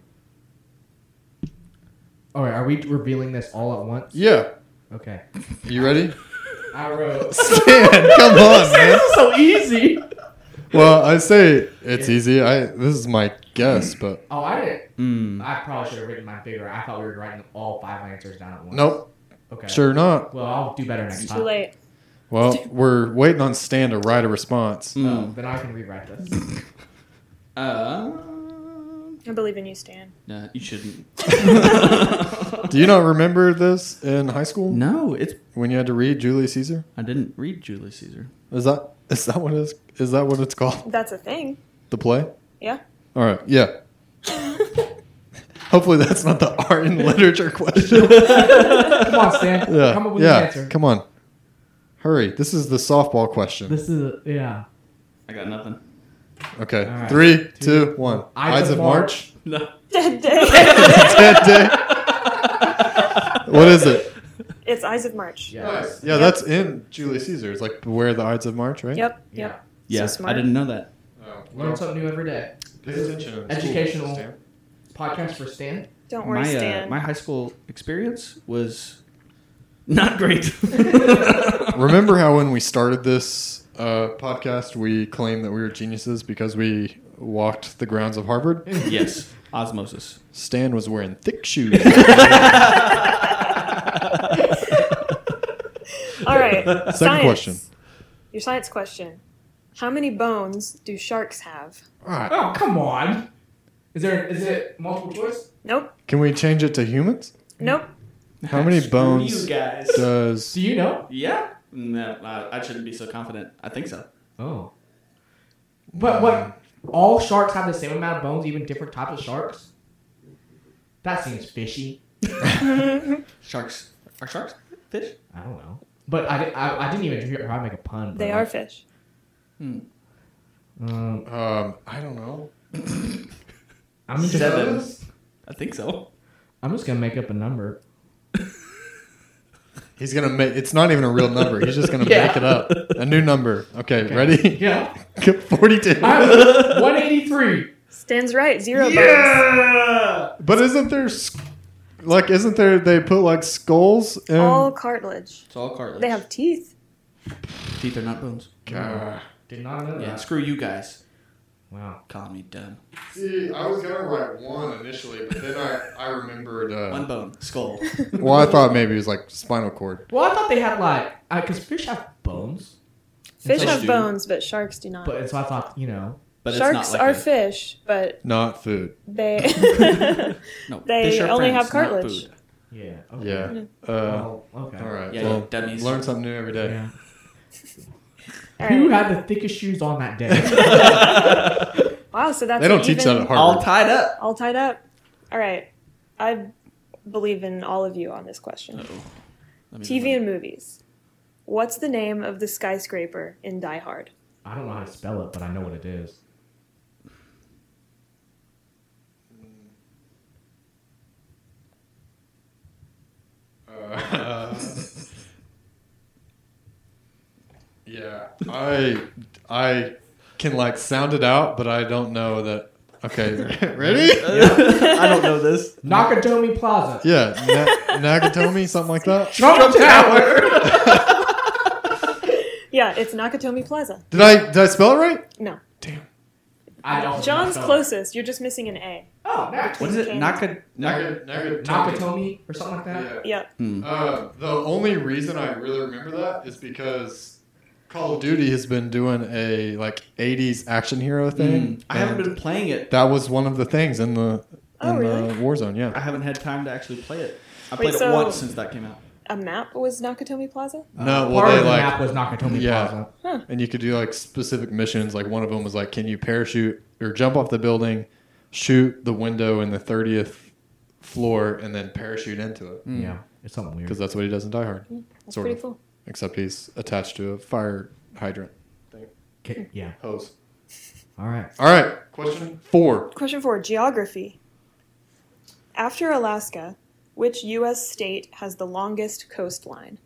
[SPEAKER 3] All right, are we revealing this all at once?
[SPEAKER 1] yeah.
[SPEAKER 3] Okay.
[SPEAKER 1] You ready?
[SPEAKER 3] I wrote.
[SPEAKER 1] Stan, come on, man.
[SPEAKER 3] so easy.
[SPEAKER 1] Well, I say it's easy. I this is my guess, but
[SPEAKER 3] Oh, I didn't.
[SPEAKER 2] Mm.
[SPEAKER 3] I probably should have written my figure. I thought we were writing all five answers down at once.
[SPEAKER 1] nope,
[SPEAKER 3] Okay.
[SPEAKER 1] sure not.
[SPEAKER 3] Well, I'll do better next
[SPEAKER 4] It's
[SPEAKER 3] time.
[SPEAKER 4] too late.
[SPEAKER 1] Well, we're waiting on Stan to write a response.
[SPEAKER 3] Oh,
[SPEAKER 2] Hmm.
[SPEAKER 3] then I can rewrite this.
[SPEAKER 2] Uh,
[SPEAKER 4] I believe in you, Stan.
[SPEAKER 2] no, you shouldn't.
[SPEAKER 1] Do you not remember this in high school
[SPEAKER 2] No, it's.
[SPEAKER 1] when you had to read Julius Caesar?
[SPEAKER 2] I didn't read Julius Caesar.
[SPEAKER 1] Is that is that what is is that what it's called?
[SPEAKER 4] That's a thing.
[SPEAKER 1] The play?
[SPEAKER 4] Yeah.
[SPEAKER 1] All right, yeah. Hopefully that's not the art and literature question.
[SPEAKER 3] Come on, Stan.
[SPEAKER 1] Yeah,
[SPEAKER 3] Come up with
[SPEAKER 1] yeah.
[SPEAKER 3] an answer.
[SPEAKER 1] Come on, hurry! This is the softball question.
[SPEAKER 3] This is yeah.
[SPEAKER 2] I got nothing.
[SPEAKER 1] Okay,
[SPEAKER 3] All right.
[SPEAKER 1] three, two, one.
[SPEAKER 3] Ides
[SPEAKER 1] Eyes
[SPEAKER 3] of
[SPEAKER 1] of March.
[SPEAKER 2] No.
[SPEAKER 4] Dead day.
[SPEAKER 1] Dead day. what is it?
[SPEAKER 4] it's Eyes of March.
[SPEAKER 3] Yeah.
[SPEAKER 1] Yeah, that's in Julius Caesar. It's like beware the Ides of March, right? Oh,
[SPEAKER 4] Yep.
[SPEAKER 3] Yeah.
[SPEAKER 4] Yep.
[SPEAKER 2] Yeah,
[SPEAKER 4] So
[SPEAKER 2] I
[SPEAKER 4] smart.
[SPEAKER 2] didn't know that.
[SPEAKER 3] Learn something new every day. Educational. Stan. Podcast for Stan.
[SPEAKER 4] Don't worry,
[SPEAKER 2] My uh,
[SPEAKER 4] Stan.
[SPEAKER 2] my high school experience was not great.
[SPEAKER 1] Remember how when we started this uh, podcast, we claimed that we were geniuses because we walked the grounds of Harvard?
[SPEAKER 2] yes, osmosis.
[SPEAKER 1] Stan was wearing thick shoes.
[SPEAKER 4] All right. Second
[SPEAKER 1] question.
[SPEAKER 4] Your science question. How many bones do sharks have?
[SPEAKER 1] Alright,
[SPEAKER 3] Oh come on. Is there is it multiple choice?
[SPEAKER 4] Nope.
[SPEAKER 1] Can we change it to humans?
[SPEAKER 4] Nope.
[SPEAKER 1] How many
[SPEAKER 2] Screw
[SPEAKER 1] bones
[SPEAKER 2] You guys.
[SPEAKER 1] does
[SPEAKER 3] Do you know?
[SPEAKER 2] Yeah. No, I, I shouldn't be so confident. I think so.
[SPEAKER 3] Oh. But
[SPEAKER 1] Mm.
[SPEAKER 3] what? All sharks have the same amount of bones, even different types of sharks. That seems fishy.
[SPEAKER 2] Sharks are sharks fish?
[SPEAKER 3] I don't know. But I, di- I, I didn't even hear her make a pun.
[SPEAKER 4] They are fish.
[SPEAKER 3] Um,
[SPEAKER 1] um I don't know.
[SPEAKER 3] I'm just,
[SPEAKER 2] Seven. I think so.
[SPEAKER 3] I'm just gonna make up a number.
[SPEAKER 1] He's gonna make it's not even a real number. He's just gonna
[SPEAKER 3] Yeah.
[SPEAKER 1] make it up. A new number. Okay, ready?
[SPEAKER 3] Yeah.
[SPEAKER 1] Forty two.
[SPEAKER 3] I'm 183.
[SPEAKER 4] Stan's right. Zero bones.
[SPEAKER 3] Yeah.
[SPEAKER 1] But isn't there, s- like, isn't there? They put like skulls in.
[SPEAKER 4] All cartilage.
[SPEAKER 2] It's all cartilage.
[SPEAKER 4] They have teeth.
[SPEAKER 2] teeth. Are not bones.
[SPEAKER 1] Gah.
[SPEAKER 3] Did not know that.
[SPEAKER 2] Yeah. Screw you guys.
[SPEAKER 3] Wow.
[SPEAKER 2] Call me dumb.
[SPEAKER 1] See, I was gonna write one initially, but then I I remembered.
[SPEAKER 2] One
[SPEAKER 1] Uh,
[SPEAKER 2] bone, skull.
[SPEAKER 1] well, I thought maybe it was like spinal cord.
[SPEAKER 3] Well, I thought they had like because fish have bones,
[SPEAKER 4] Fish
[SPEAKER 2] Fish
[SPEAKER 4] have
[SPEAKER 2] do.
[SPEAKER 4] bones, but sharks do not.
[SPEAKER 3] but so I thought you know
[SPEAKER 2] But
[SPEAKER 4] sharks
[SPEAKER 2] it's not like
[SPEAKER 4] are
[SPEAKER 2] a-
[SPEAKER 4] fish, but
[SPEAKER 1] Not food.
[SPEAKER 4] they
[SPEAKER 2] No,
[SPEAKER 4] They
[SPEAKER 2] fish are
[SPEAKER 4] only
[SPEAKER 2] friends,
[SPEAKER 4] have
[SPEAKER 2] not
[SPEAKER 4] cartilage.
[SPEAKER 2] food.
[SPEAKER 3] yeah
[SPEAKER 1] Yeah. Uh,
[SPEAKER 3] Oh, okay.
[SPEAKER 1] all right.
[SPEAKER 2] Yeah,
[SPEAKER 1] well,
[SPEAKER 2] you dummies.
[SPEAKER 1] learn something new every day.
[SPEAKER 3] Yeah.
[SPEAKER 4] all
[SPEAKER 3] Who
[SPEAKER 4] right.
[SPEAKER 3] had the thickest shoes on that day?
[SPEAKER 4] wow. So that's
[SPEAKER 1] They don't
[SPEAKER 4] an
[SPEAKER 1] teach that
[SPEAKER 4] even-
[SPEAKER 1] at
[SPEAKER 2] All
[SPEAKER 1] Harvard.
[SPEAKER 2] tied up.
[SPEAKER 4] All tied up. All right. I believe in all of you on this question.
[SPEAKER 2] Uh-oh. Let Uh, me
[SPEAKER 4] TV
[SPEAKER 2] remember.
[SPEAKER 4] and movies. What's the name of the skyscraper in Die Hard?
[SPEAKER 3] I don't know how to spell it, but I know what it is.
[SPEAKER 1] Uh, yeah, I I can like sound it out, but I don't know that. Okay, ready?
[SPEAKER 2] I don't know this.
[SPEAKER 3] Nakatomi Plaza.
[SPEAKER 1] Yeah, Na- Nagatomi, something like that.
[SPEAKER 3] Trump Tower.
[SPEAKER 4] Yeah, it's Nakatomi Plaza.
[SPEAKER 1] Did I did I spell it right?
[SPEAKER 4] No.
[SPEAKER 3] I don't. know
[SPEAKER 4] John's
[SPEAKER 3] how to spell it.
[SPEAKER 4] closest. You're just missing an A.
[SPEAKER 3] Oh, next.
[SPEAKER 2] What is it? Naka. Naka.
[SPEAKER 3] Nakatomi or something like that.
[SPEAKER 4] Yep.
[SPEAKER 1] Uh, the only reason I really remember that is because Call of Duty has been doing a like '80s action hero thing.
[SPEAKER 2] Mm. I haven't
[SPEAKER 1] and
[SPEAKER 2] been playing it.
[SPEAKER 1] That was one of the things in the in
[SPEAKER 4] Oh, really?
[SPEAKER 1] the Warzone.
[SPEAKER 2] I
[SPEAKER 1] Yeah.
[SPEAKER 2] haven't had time to actually play it. I
[SPEAKER 4] Wait,
[SPEAKER 2] played it
[SPEAKER 4] so-
[SPEAKER 2] once since that came out.
[SPEAKER 4] A map was Nakatomi Plaza?
[SPEAKER 1] No, well
[SPEAKER 3] Part
[SPEAKER 1] they
[SPEAKER 3] of the
[SPEAKER 1] like
[SPEAKER 3] map was Nakatomi
[SPEAKER 1] Yeah.
[SPEAKER 3] Plaza.
[SPEAKER 1] and you could do like specific missions. Like one of them was like, can you parachute or jump off the building, shoot the window in the thirtieth floor, and then parachute into it?
[SPEAKER 3] Yeah, it's something weird.
[SPEAKER 1] Because that's what he does in Die Hard.
[SPEAKER 4] That's
[SPEAKER 1] Sort
[SPEAKER 4] pretty
[SPEAKER 1] of.
[SPEAKER 4] cool.
[SPEAKER 1] Except he's attached to a fire hydrant
[SPEAKER 3] Okay, Yeah.
[SPEAKER 1] hose.
[SPEAKER 3] All right.
[SPEAKER 1] All right, question four.
[SPEAKER 4] Question four Geography. After Alaska, which U.S. state has the longest coastline?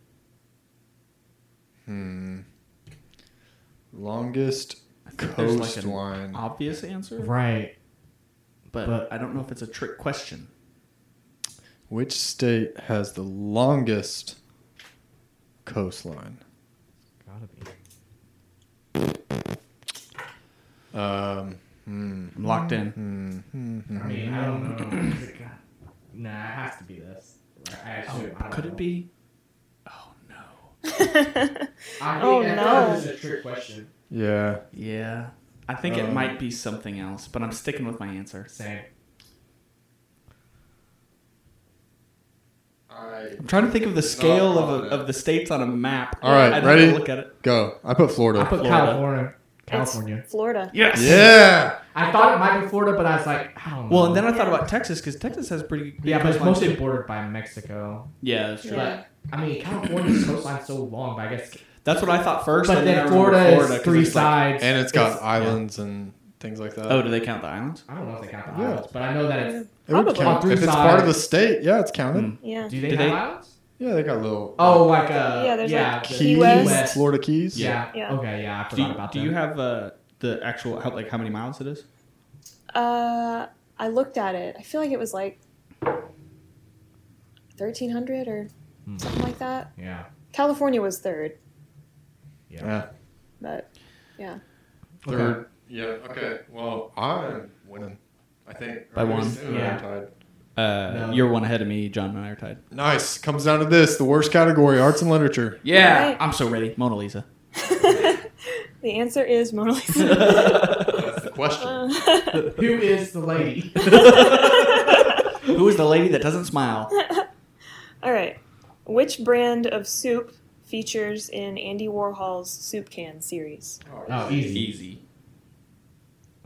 [SPEAKER 1] Longest
[SPEAKER 2] there's like an-
[SPEAKER 1] coastline.
[SPEAKER 2] Obvious answer,
[SPEAKER 4] Mm.
[SPEAKER 3] Right.
[SPEAKER 2] but,
[SPEAKER 3] But-
[SPEAKER 2] I don't know if it's a trick question.
[SPEAKER 1] Which state has the longest coastline?
[SPEAKER 3] Gotta be.
[SPEAKER 1] Um, hmm.
[SPEAKER 2] I'm locked in.
[SPEAKER 3] I mean, I don't know. nah, it has to be this. I assume. I don't
[SPEAKER 2] Oh, Could
[SPEAKER 3] know.
[SPEAKER 2] it be? Oh no.
[SPEAKER 3] I
[SPEAKER 4] Oh,
[SPEAKER 3] think- I
[SPEAKER 4] no.
[SPEAKER 3] thought this is a trick question.
[SPEAKER 1] Yeah.
[SPEAKER 2] Yeah, I think it
[SPEAKER 1] Um,
[SPEAKER 2] might be something else, but I'm sticking with my answer.
[SPEAKER 3] Same.
[SPEAKER 1] I
[SPEAKER 2] I'm trying to think of the scale of, a, of the states on a map.
[SPEAKER 1] All right,
[SPEAKER 2] I'd have to
[SPEAKER 1] ready?
[SPEAKER 2] Look at it.
[SPEAKER 1] Go. I put Florida.
[SPEAKER 3] I put
[SPEAKER 2] Florida.
[SPEAKER 3] California.
[SPEAKER 4] It's
[SPEAKER 3] California.
[SPEAKER 4] Florida.
[SPEAKER 2] Yes.
[SPEAKER 1] yeah.
[SPEAKER 3] I thought it might be Florida, but I was like, I don't know.
[SPEAKER 2] Well, and then I thought about Texas because Texas has pretty. big
[SPEAKER 3] yeah, but it's
[SPEAKER 2] coastlines,
[SPEAKER 3] mostly
[SPEAKER 2] too.
[SPEAKER 3] bordered by Mexico.
[SPEAKER 2] Yeah, that's true.
[SPEAKER 4] Yeah.
[SPEAKER 3] But I mean, California's coastline's so long, but I guess.
[SPEAKER 2] That's what I thought first.
[SPEAKER 3] But
[SPEAKER 2] and then,
[SPEAKER 3] then
[SPEAKER 2] I remembered
[SPEAKER 3] Florida, is
[SPEAKER 2] 'cause
[SPEAKER 3] three
[SPEAKER 2] it's like-
[SPEAKER 3] sides,
[SPEAKER 1] And it's got
[SPEAKER 3] It's-
[SPEAKER 1] islands and things like that.
[SPEAKER 2] oh, do they count the islands?
[SPEAKER 3] I don't know if they count the
[SPEAKER 1] Yeah.
[SPEAKER 3] islands, but I know that it's.
[SPEAKER 1] it would
[SPEAKER 4] Probably.
[SPEAKER 1] count.
[SPEAKER 3] On three
[SPEAKER 1] If it's part of the
[SPEAKER 3] sides.
[SPEAKER 1] state, yeah, it's counted.
[SPEAKER 2] Mm.
[SPEAKER 4] Yeah.
[SPEAKER 3] Do they
[SPEAKER 2] Do
[SPEAKER 3] have
[SPEAKER 2] they-
[SPEAKER 3] islands?
[SPEAKER 1] Yeah, they got little
[SPEAKER 3] Oh, like uh,
[SPEAKER 4] Yeah, there's
[SPEAKER 3] yeah,
[SPEAKER 4] like
[SPEAKER 3] the-
[SPEAKER 1] Keys,
[SPEAKER 4] Key West.
[SPEAKER 1] Florida Keys.
[SPEAKER 3] Yeah.
[SPEAKER 4] Yeah.
[SPEAKER 3] Okay. Yeah, I
[SPEAKER 2] Do
[SPEAKER 3] forgot
[SPEAKER 2] you,
[SPEAKER 3] about
[SPEAKER 2] do
[SPEAKER 3] that.
[SPEAKER 2] you have uh, the actual how, like how many miles it is?
[SPEAKER 4] Uh, I looked at it. I feel like it was like 1,300 or
[SPEAKER 1] Hmm.
[SPEAKER 4] something like that.
[SPEAKER 3] Yeah.
[SPEAKER 4] California was third,
[SPEAKER 3] Yeah.
[SPEAKER 1] Yeah.
[SPEAKER 4] but yeah.
[SPEAKER 1] Third. Yeah. Okay. Well, I'm winning. I think
[SPEAKER 2] By
[SPEAKER 1] Or at
[SPEAKER 2] one.
[SPEAKER 1] least, uh,
[SPEAKER 3] Yeah.
[SPEAKER 1] tied.
[SPEAKER 2] Uh,
[SPEAKER 3] No.
[SPEAKER 2] You're one ahead of me, John and I are tied.
[SPEAKER 1] Nice. Comes down to this: the worst category, arts and literature.
[SPEAKER 2] Yeah,
[SPEAKER 4] Right.
[SPEAKER 2] I'm so ready. Mona Lisa.
[SPEAKER 4] The answer is Mona Lisa. Uh,
[SPEAKER 1] That's the question.
[SPEAKER 3] Who is the lady?
[SPEAKER 2] Who is the lady that doesn't smile?
[SPEAKER 4] All right. Which brand of soup features in Andy Warhol's soup can series?
[SPEAKER 3] oh, easy.
[SPEAKER 2] Easy.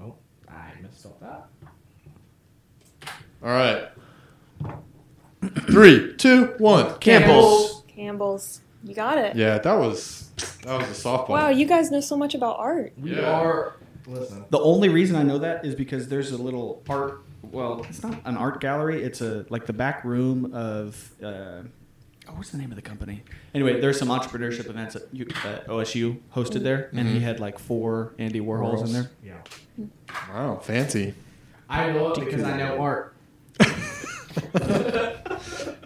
[SPEAKER 3] Oh, I messed up that.
[SPEAKER 1] All right. Three, two, one.
[SPEAKER 2] Campbell's.
[SPEAKER 4] Campbell's. You got it.
[SPEAKER 1] Yeah, that was that was a softball.
[SPEAKER 4] Wow, you guys know so much about art.
[SPEAKER 3] We
[SPEAKER 1] Yeah.
[SPEAKER 3] are. Listen.
[SPEAKER 2] The only reason I know that is because there's a little art. Well, it's not an art gallery. It's a like the back room of. Uh, oh, what's the name of the company? Anyway, there's some entrepreneurship events at U- that OSU hosted there, and he had like four Andy Mm-hmm. Warhols in there.
[SPEAKER 3] Yeah.
[SPEAKER 1] Wow, fancy.
[SPEAKER 3] I know it because I know art.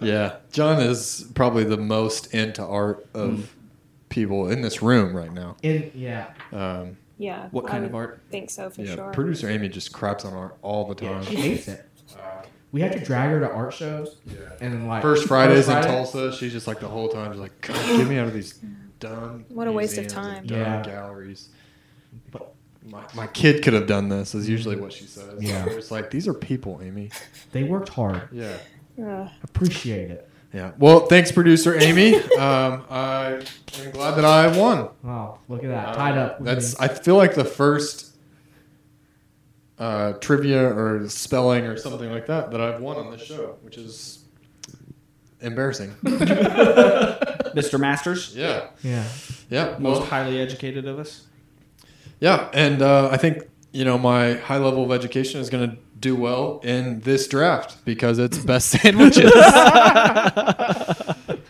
[SPEAKER 1] Yeah, John is probably the
[SPEAKER 4] Hmm.
[SPEAKER 1] most into art of people in this room right now.
[SPEAKER 3] In yeah.
[SPEAKER 1] Um,
[SPEAKER 4] Yeah.
[SPEAKER 2] What
[SPEAKER 4] I
[SPEAKER 2] kind of
[SPEAKER 4] would
[SPEAKER 2] art?
[SPEAKER 4] Think so for
[SPEAKER 1] yeah,
[SPEAKER 4] sure.
[SPEAKER 1] producer Amy just craps on art all the time.
[SPEAKER 3] She hates it. We had to drag her to art shows, and then like
[SPEAKER 1] First Fridays in
[SPEAKER 3] Friday-
[SPEAKER 1] Tulsa, she's just like the whole time, just like, God, get me out of these dumb.
[SPEAKER 4] What a waste of
[SPEAKER 1] museums and
[SPEAKER 4] time.
[SPEAKER 1] Dumb
[SPEAKER 3] Yeah.
[SPEAKER 1] galleries. But my, my kid could have done this. Is usually what she says.
[SPEAKER 3] Yeah.
[SPEAKER 1] it's like these are people, Amy.
[SPEAKER 3] They worked hard.
[SPEAKER 1] Yeah.
[SPEAKER 4] Ugh.
[SPEAKER 3] Appreciate it.
[SPEAKER 1] Yeah. Well, thanks, producer Amy. um, I am glad that I won. Uh,
[SPEAKER 3] Wow, look at
[SPEAKER 2] Uh,
[SPEAKER 3] that. Tied up. with
[SPEAKER 1] That's.
[SPEAKER 3] me.
[SPEAKER 1] I feel like the first uh, trivia or spelling or something like that that I've won on this show, which is embarrassing.
[SPEAKER 2] Mr. Masters,
[SPEAKER 1] yeah.
[SPEAKER 3] yeah.
[SPEAKER 1] Yeah.
[SPEAKER 2] most
[SPEAKER 1] Well,
[SPEAKER 2] highly educated of us.
[SPEAKER 1] yeah. And uh, I think you know my high level of education is going to do well in this draft because it's best sandwiches.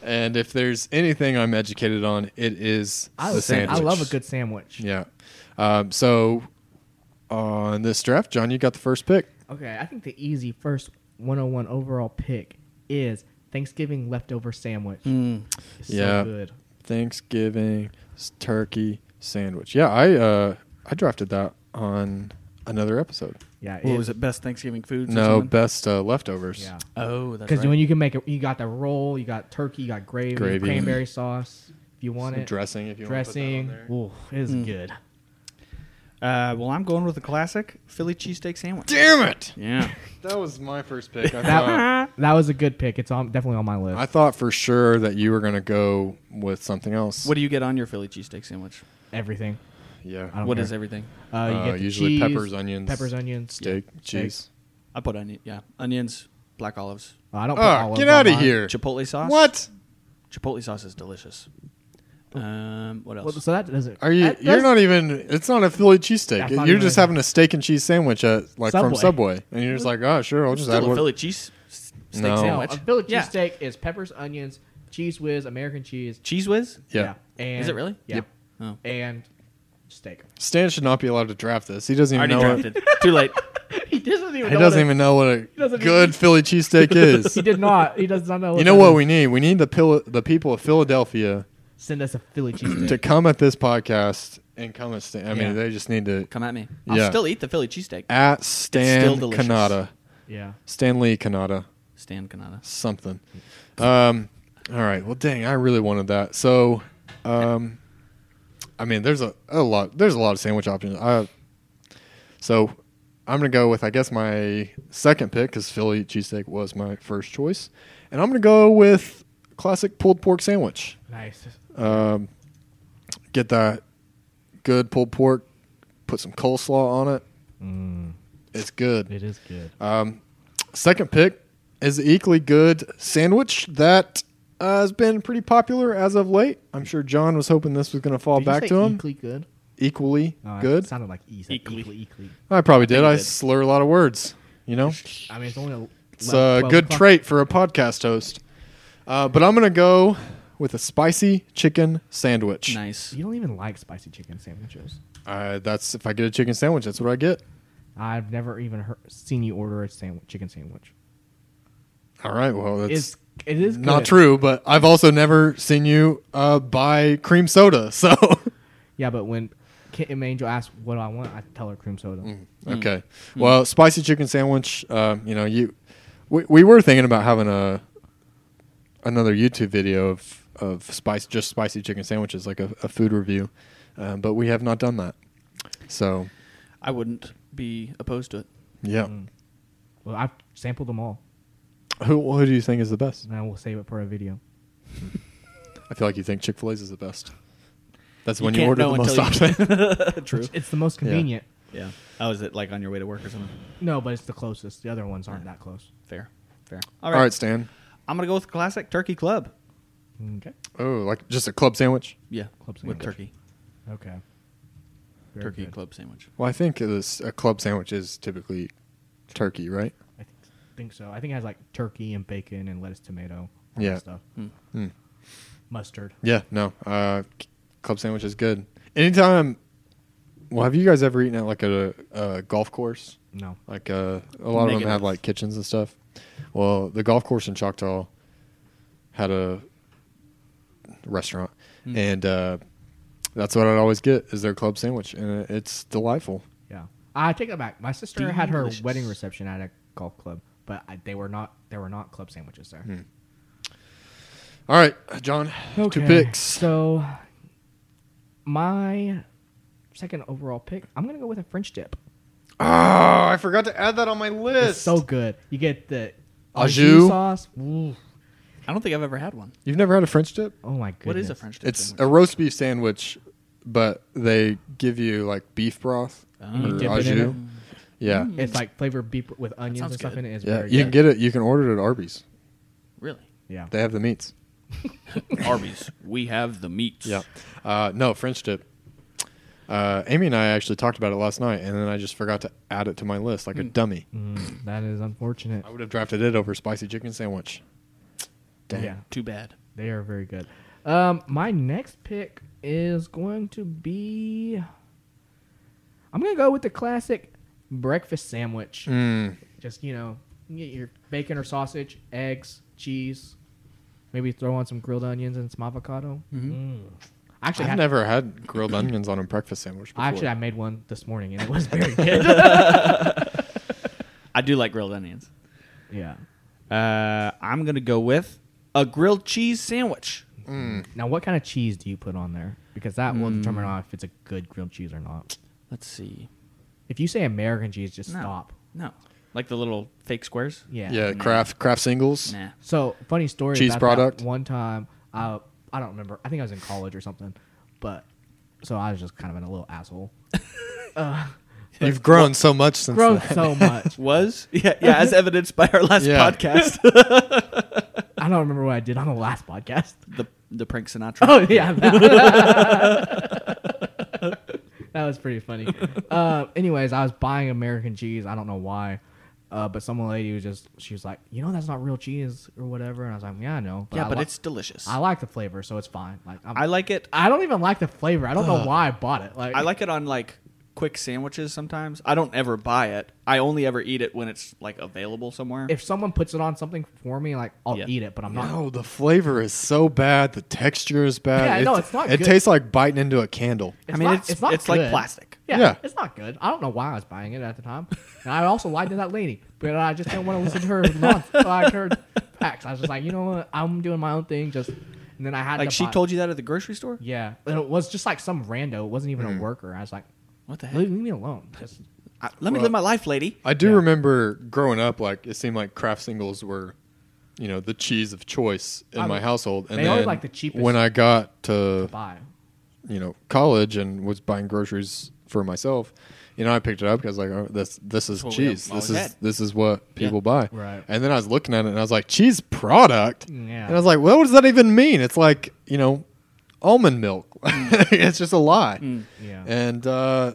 [SPEAKER 1] and if there's anything I'm educated on, it is
[SPEAKER 3] I,
[SPEAKER 1] the
[SPEAKER 3] would say, I
[SPEAKER 1] sandwich.
[SPEAKER 3] love a good sandwich.
[SPEAKER 1] Yeah. Um, so on this draft, John, you got the first pick.
[SPEAKER 3] Okay, I think the easy first 101 overall pick is Thanksgiving leftover sandwich.
[SPEAKER 2] Mm.
[SPEAKER 3] It's
[SPEAKER 1] Mm. Yeah.
[SPEAKER 3] So good.
[SPEAKER 1] Thanksgiving s- turkey sandwich. Yeah, I uh, I drafted that on another episode.
[SPEAKER 3] Yeah.
[SPEAKER 2] What was it? Best Thanksgiving foods? or
[SPEAKER 1] No,
[SPEAKER 2] something?
[SPEAKER 1] best uh, leftovers.
[SPEAKER 3] Yeah.
[SPEAKER 2] Oh, that's
[SPEAKER 3] Because
[SPEAKER 2] right.
[SPEAKER 3] when you can make it, you got the roll, you got turkey, you got gravy,
[SPEAKER 1] Gravy.
[SPEAKER 3] cranberry sauce. If you want it,
[SPEAKER 1] Dressing, if you
[SPEAKER 3] dressing.
[SPEAKER 1] want to
[SPEAKER 3] Ooh,
[SPEAKER 1] Mm.
[SPEAKER 3] it is good.
[SPEAKER 2] uh, well, I'm going with a classic Philly cheesesteak sandwich.
[SPEAKER 1] Damn it!
[SPEAKER 2] Yeah.
[SPEAKER 1] That was my first pick. I thought,
[SPEAKER 3] That, that was a good pick. It's on definitely on my list.
[SPEAKER 1] I thought for sure that you were going to go with something else.
[SPEAKER 2] What do you get on your Philly cheesesteak sandwich?
[SPEAKER 3] Everything. I
[SPEAKER 1] yeah.
[SPEAKER 3] don't
[SPEAKER 2] What
[SPEAKER 3] care.
[SPEAKER 2] is everything?
[SPEAKER 3] Uh, you
[SPEAKER 1] Uh,
[SPEAKER 3] get the
[SPEAKER 1] usually
[SPEAKER 3] cheese,
[SPEAKER 1] peppers, onions,
[SPEAKER 3] Peppers, onions.
[SPEAKER 1] Steak, cheese.
[SPEAKER 2] I put onion. Yeah, onions, black olives,
[SPEAKER 3] Oh, I don't. Put
[SPEAKER 1] Oh,
[SPEAKER 3] olives
[SPEAKER 1] get
[SPEAKER 3] on
[SPEAKER 1] out of
[SPEAKER 3] mine.
[SPEAKER 1] here.
[SPEAKER 2] chipotle sauce.
[SPEAKER 1] What?
[SPEAKER 2] Chipotle sauce is delicious. Um, what else?
[SPEAKER 3] Well, so that doesn't.
[SPEAKER 1] Are you?
[SPEAKER 3] that-
[SPEAKER 1] you're
[SPEAKER 3] that's-
[SPEAKER 1] not even. It's not a Philly cheesesteak.
[SPEAKER 3] That's
[SPEAKER 1] You're
[SPEAKER 3] not even
[SPEAKER 1] just
[SPEAKER 3] a-
[SPEAKER 1] having a steak and cheese sandwich at like from
[SPEAKER 3] Subway.
[SPEAKER 1] Subway, and you're just like, oh, sure, I'll just add
[SPEAKER 2] Still a
[SPEAKER 1] one.
[SPEAKER 2] Philly cheese s- steak
[SPEAKER 1] No.
[SPEAKER 3] No,
[SPEAKER 2] sandwich.
[SPEAKER 3] a Philly
[SPEAKER 2] Yeah.
[SPEAKER 3] cheesesteak is peppers, onions, cheese whiz, American cheese.
[SPEAKER 2] Cheese whiz.
[SPEAKER 1] Yeah.
[SPEAKER 3] And
[SPEAKER 2] Is it really?
[SPEAKER 3] Yeah.
[SPEAKER 1] Yep.
[SPEAKER 2] Oh.
[SPEAKER 3] And steak.
[SPEAKER 1] Stan should not be allowed to draft this. He doesn't
[SPEAKER 2] I
[SPEAKER 1] even
[SPEAKER 2] already
[SPEAKER 1] know. What,
[SPEAKER 2] drafted. Too late.
[SPEAKER 3] he doesn't even.
[SPEAKER 1] he doesn't even know what a
[SPEAKER 3] doesn't
[SPEAKER 1] good
[SPEAKER 3] even-
[SPEAKER 1] Philly cheesesteak is.
[SPEAKER 3] He did not. He does not know.
[SPEAKER 1] You know what we need? We need the pil- the people of Philadelphia
[SPEAKER 3] Send us a Philly cheesesteak.
[SPEAKER 2] Mm.
[SPEAKER 1] to come at this podcast and come at Stan. I mean,
[SPEAKER 3] Yeah.
[SPEAKER 1] they just need to
[SPEAKER 2] Come at me. I'll
[SPEAKER 1] Yeah.
[SPEAKER 2] still eat the Philly cheesesteak.
[SPEAKER 1] at Stan
[SPEAKER 2] delicious.
[SPEAKER 1] Kanata,
[SPEAKER 3] yeah.
[SPEAKER 1] Stan Lee Kanata,
[SPEAKER 2] Stan Canada.
[SPEAKER 1] something. Um, all right. Well, dang, I really wanted that. So, um, I mean, there's a, a lot. There's a lot of sandwich options. I, so, I'm gonna go with I guess my second pick because Philly cheesesteak was my first choice, and I'm gonna go with classic pulled pork sandwich.
[SPEAKER 3] Nice.
[SPEAKER 1] Um, get that good pulled pork. Put some coleslaw on it. It's good.
[SPEAKER 3] It is good.
[SPEAKER 1] Um, second pick is the equally good sandwich that uh, has been pretty popular as of late. I'm sure John was hoping this was going to fall
[SPEAKER 3] Did you
[SPEAKER 1] back
[SPEAKER 3] say
[SPEAKER 1] to him.
[SPEAKER 3] Equally good.
[SPEAKER 1] Equally
[SPEAKER 3] No, it
[SPEAKER 1] good.
[SPEAKER 3] sounded like easy.
[SPEAKER 2] Equally.
[SPEAKER 3] Equally. equally.
[SPEAKER 1] I probably did.
[SPEAKER 2] you
[SPEAKER 1] I,
[SPEAKER 2] did.
[SPEAKER 1] slur a lot of words. You know,
[SPEAKER 3] I mean, it's only. A,
[SPEAKER 1] it's a good trait for a podcast host. Uh, but I'm going to go with a spicy chicken sandwich.
[SPEAKER 2] Nice.
[SPEAKER 3] You don't even like spicy chicken sandwiches.
[SPEAKER 1] Uh, that's if I get a chicken sandwich, that's what I get.
[SPEAKER 3] I've never even heard, seen you order a sandwich, chicken sandwich.
[SPEAKER 1] All right. Well, that's
[SPEAKER 3] It's it is
[SPEAKER 1] not
[SPEAKER 3] good.
[SPEAKER 1] true. But I've also never seen you uh, buy cream soda. So.
[SPEAKER 3] Yeah, but when Kit and Angel asks what do I want, I tell her cream soda.
[SPEAKER 1] Mm-hmm.
[SPEAKER 2] Hmm.
[SPEAKER 1] Okay. Well, spicy chicken sandwich. Um, you know, you we, we were thinking about having a another YouTube video of of spice just spicy chicken sandwiches, like a, a food review, um, but we have not done that. So
[SPEAKER 2] I wouldn't be opposed to it.
[SPEAKER 1] yeah,
[SPEAKER 3] Hmm. Well, I've sampled them all,
[SPEAKER 1] who who do you think is the best?
[SPEAKER 3] and I will save it for a video.
[SPEAKER 1] I feel like you think Chick Fil A's is the best. That's
[SPEAKER 2] You
[SPEAKER 1] when you
[SPEAKER 2] can't
[SPEAKER 1] order the
[SPEAKER 2] know
[SPEAKER 1] most
[SPEAKER 2] until you-
[SPEAKER 1] often.
[SPEAKER 2] True.
[SPEAKER 3] It's the most convenient.
[SPEAKER 2] Yeah. Oh, is it like on your way to work or something?
[SPEAKER 3] No, but it's the closest. The other ones aren't that close.
[SPEAKER 2] Fair. Fair.
[SPEAKER 1] All right, Stan.
[SPEAKER 2] I'm gonna go with classic turkey club.
[SPEAKER 3] Okay.
[SPEAKER 1] Oh, like just a club sandwich.
[SPEAKER 2] Yeah,
[SPEAKER 3] Club
[SPEAKER 2] with
[SPEAKER 3] sandwich.
[SPEAKER 2] turkey,
[SPEAKER 3] Okay. Very
[SPEAKER 2] turkey
[SPEAKER 3] good.
[SPEAKER 2] club sandwich.
[SPEAKER 1] Well, I think it is, a club sandwich is typically turkey, right?
[SPEAKER 3] I think, think so. I think it has like turkey and bacon and lettuce, tomato, all
[SPEAKER 1] Yeah.
[SPEAKER 3] that stuff.
[SPEAKER 2] Hmm.
[SPEAKER 1] Hmm.
[SPEAKER 3] Mustard.
[SPEAKER 1] Yeah, no. Uh, c- club sandwich is good. Anytime. Well, have you guys ever eaten at like a, a golf course?
[SPEAKER 3] No.
[SPEAKER 1] Like uh, a lot of them
[SPEAKER 2] Negative.
[SPEAKER 1] have like kitchens and stuff. Well, the golf course in Choctaw had a restaurant, and uh, That's what I'd always get is their club sandwich, and it's delightful.
[SPEAKER 3] Yeah, I take that back. My sister had her
[SPEAKER 2] Delicious.
[SPEAKER 3] wedding reception at a golf club, but I, they were not they were not club sandwiches there.
[SPEAKER 2] Hmm.
[SPEAKER 1] All right, John, two picks.
[SPEAKER 3] So my second overall pick, I'm gonna go with a French dip.
[SPEAKER 1] oh, I forgot to add that on my list.
[SPEAKER 3] It's so good. You get the
[SPEAKER 1] Au
[SPEAKER 3] au
[SPEAKER 1] jus?
[SPEAKER 3] jus sauce. Ooh.
[SPEAKER 2] I don't think I've ever had one.
[SPEAKER 1] You've never had a French dip?
[SPEAKER 3] Oh my goodness.
[SPEAKER 2] What is a French dip?
[SPEAKER 1] It's a
[SPEAKER 2] sandwich?
[SPEAKER 1] roast beef sandwich, but they give you like beef broth
[SPEAKER 2] Oh.
[SPEAKER 1] or
[SPEAKER 3] Dip it Mm.
[SPEAKER 1] au
[SPEAKER 3] in
[SPEAKER 1] jus. Yeah,
[SPEAKER 3] It's like flavored beef with onions
[SPEAKER 2] sounds
[SPEAKER 3] and stuff
[SPEAKER 2] good.
[SPEAKER 3] in it. It's
[SPEAKER 1] yeah.
[SPEAKER 3] very
[SPEAKER 1] You can
[SPEAKER 3] good.
[SPEAKER 1] get it. You can order it at Arby's.
[SPEAKER 2] really
[SPEAKER 3] yeah.
[SPEAKER 1] They have the meats.
[SPEAKER 2] Arby's. We have the meats.
[SPEAKER 1] Yeah. Uh, no, French dip. Uh, Amy and I actually talked about it last night, and then I just forgot to add it to my list like a dummy.
[SPEAKER 3] Mm, that is unfortunate.
[SPEAKER 2] Oh,
[SPEAKER 1] I would have drafted it over spicy chicken sandwich. Damn.
[SPEAKER 3] Yeah.
[SPEAKER 2] Too bad.
[SPEAKER 3] They are very good. Um, my next pick is going to be. I'm gonna go with the classic breakfast sandwich.
[SPEAKER 1] Mm.
[SPEAKER 3] Just you know, you get your bacon or sausage, eggs, cheese. Maybe throw on some grilled onions and some avocado.
[SPEAKER 2] Mm-hmm.
[SPEAKER 3] Mm. I Actually,
[SPEAKER 1] I've
[SPEAKER 3] had,
[SPEAKER 1] never had grilled onions on a breakfast sandwich before.
[SPEAKER 3] I actually I made one this morning and it was very good.
[SPEAKER 2] I do like grilled onions.
[SPEAKER 3] yeah.
[SPEAKER 2] Uh, I'm gonna go with a grilled cheese sandwich.
[SPEAKER 3] Now, what kind of cheese do you put on there? Because that will
[SPEAKER 1] Hmm.
[SPEAKER 3] determine on if it's a good grilled cheese or not.
[SPEAKER 2] Let's see.
[SPEAKER 3] If you say American cheese, just
[SPEAKER 2] No.
[SPEAKER 3] stop.
[SPEAKER 2] No, like the little fake squares.
[SPEAKER 3] Yeah.
[SPEAKER 1] yeah, craft craft singles.
[SPEAKER 2] Nah.
[SPEAKER 3] So funny story.
[SPEAKER 1] Cheese
[SPEAKER 3] about
[SPEAKER 1] product?
[SPEAKER 3] That. One time, I I don't remember. I think I was in college or something, but so I was just kind of an, a little asshole.
[SPEAKER 1] You've grown so much since
[SPEAKER 3] Grown
[SPEAKER 1] then.
[SPEAKER 3] so much.
[SPEAKER 2] Was yeah yeah as evidenced by our last
[SPEAKER 1] Yeah.
[SPEAKER 2] podcast
[SPEAKER 3] I don't remember what I did on the last podcast.
[SPEAKER 2] the the prank Sinatra.
[SPEAKER 3] Oh yeah, that, That was pretty funny. Uh, anyways, I was buying American cheese. I don't know why. Uh, but some lady was just she was like, you know, that's not real cheese or whatever, and I was like, yeah, I know.
[SPEAKER 2] yeah,
[SPEAKER 3] I
[SPEAKER 2] but
[SPEAKER 3] li-
[SPEAKER 2] it's delicious.
[SPEAKER 3] I like the flavor, so it's fine. Like I'm,
[SPEAKER 2] I like it.
[SPEAKER 3] I don't even like the flavor. I don't know why I bought it. Like
[SPEAKER 2] I like it on like quick sandwiches sometimes. I don't ever buy it. I only ever eat it when it's like available somewhere.
[SPEAKER 3] if someone puts it on something for me, like I'll
[SPEAKER 2] Yeah.
[SPEAKER 3] eat it, but I'm not.
[SPEAKER 1] No, the flavor is so bad. The texture is bad.
[SPEAKER 3] Yeah, no, it's not
[SPEAKER 1] It
[SPEAKER 3] good.
[SPEAKER 1] tastes like biting into a candle.
[SPEAKER 2] I mean, it's- it's like
[SPEAKER 3] good.
[SPEAKER 2] plastic.
[SPEAKER 3] Yeah,
[SPEAKER 1] Yeah.
[SPEAKER 3] it's not good. I don't know why I was buying it at the time, and I also lied to that lady, but I just didn't want to listen to her month, like her facts. I was just like, you know what, I'm doing my own thing. Just and then I had
[SPEAKER 2] like
[SPEAKER 3] to
[SPEAKER 2] she
[SPEAKER 3] buy-
[SPEAKER 2] told you that at the grocery store.
[SPEAKER 3] Yeah, and it was just like some rando. It wasn't even
[SPEAKER 1] Mm.
[SPEAKER 3] a worker. I was like,
[SPEAKER 2] What the heck?
[SPEAKER 3] leave me alone. Just,
[SPEAKER 2] I- let me
[SPEAKER 1] Well-
[SPEAKER 2] live my life, lady.
[SPEAKER 1] I do
[SPEAKER 3] Yeah.
[SPEAKER 1] remember growing up, like it seemed like craft singles were, you know, the cheese of choice in
[SPEAKER 3] I
[SPEAKER 1] my
[SPEAKER 3] mean,
[SPEAKER 1] household. And
[SPEAKER 3] Um, they always
[SPEAKER 1] then
[SPEAKER 3] like the cheapest.
[SPEAKER 1] When I got to
[SPEAKER 3] bye.
[SPEAKER 1] you know college and was buying groceries for myself, you know, I picked it up because like oh, this this is
[SPEAKER 2] what we
[SPEAKER 1] cheese.
[SPEAKER 2] always
[SPEAKER 1] This is
[SPEAKER 2] had.
[SPEAKER 1] this is what people buy.
[SPEAKER 3] Right.
[SPEAKER 1] And then I was looking at it and I was like, cheese product.
[SPEAKER 3] Yeah.
[SPEAKER 1] And I was like, well, what does that even mean? It's like you know, almond milk.
[SPEAKER 2] Mm.
[SPEAKER 1] it's just a lie.
[SPEAKER 3] Yeah.
[SPEAKER 1] And uh,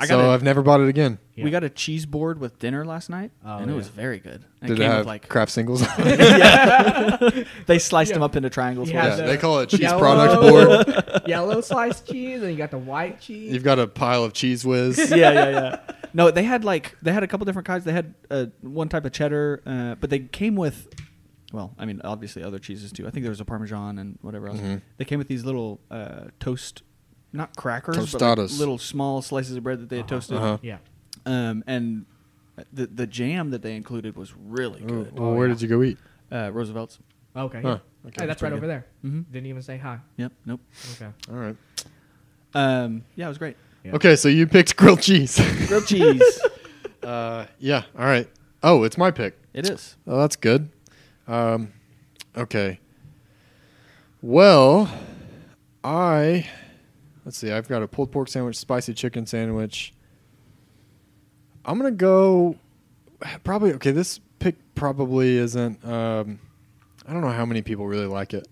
[SPEAKER 2] I
[SPEAKER 1] so
[SPEAKER 2] gotta-
[SPEAKER 1] I've never bought it again.
[SPEAKER 3] Yeah.
[SPEAKER 2] We got a cheese board with dinner last night,
[SPEAKER 3] Oh,
[SPEAKER 2] and it
[SPEAKER 3] yeah.
[SPEAKER 2] was very good.
[SPEAKER 1] Did
[SPEAKER 2] And it
[SPEAKER 1] it
[SPEAKER 2] came
[SPEAKER 1] have
[SPEAKER 2] with like
[SPEAKER 1] craft singles?
[SPEAKER 2] they sliced them up into triangles.
[SPEAKER 3] Yeah,
[SPEAKER 1] Yeah,
[SPEAKER 3] the
[SPEAKER 1] they call it cheese
[SPEAKER 3] yellow-
[SPEAKER 1] product board.
[SPEAKER 3] Yellow sliced cheese, and you got the white cheese.
[SPEAKER 1] You've got a pile of cheese whiz.
[SPEAKER 2] yeah, yeah, yeah. No, they had like they had a couple different kinds. They had uh, one type of cheddar, uh, but they came with, well, I mean, obviously other cheeses too. I think there was a parmesan and whatever else. They came with these little uh, toast, not crackers, but like
[SPEAKER 1] Tostadas.
[SPEAKER 2] little small slices of bread that they had toasted,
[SPEAKER 1] Uh-huh.
[SPEAKER 3] yeah.
[SPEAKER 2] um, and the the jam that they included was really
[SPEAKER 1] Ooh,
[SPEAKER 2] good.
[SPEAKER 1] well,
[SPEAKER 3] Oh,
[SPEAKER 1] where did you go eat?
[SPEAKER 2] Uh, Roosevelt's.
[SPEAKER 3] Okay.
[SPEAKER 1] Huh.
[SPEAKER 3] yeah.
[SPEAKER 1] Okay,
[SPEAKER 3] hey,
[SPEAKER 1] that's
[SPEAKER 3] that's right
[SPEAKER 1] pretty
[SPEAKER 3] over
[SPEAKER 1] good. Mm-hmm. Mm.
[SPEAKER 3] there.
[SPEAKER 2] Mhm.
[SPEAKER 3] Didn't even say hi.
[SPEAKER 2] Yep. Nope.
[SPEAKER 3] Okay.
[SPEAKER 1] All right.
[SPEAKER 2] Um, yeah, it was great.
[SPEAKER 3] Yeah.
[SPEAKER 1] Okay, so you picked grilled cheese.
[SPEAKER 2] Grilled cheese.
[SPEAKER 1] uh, yeah. All right. Oh, it's my pick.
[SPEAKER 2] it is.
[SPEAKER 1] Oh, that's good. Um, okay. Well, I let's see. I've got a pulled pork sandwich, spicy chicken sandwich. I'm gonna go. Probably okay. This pick probably isn't. Um, I don't know how many people really like it,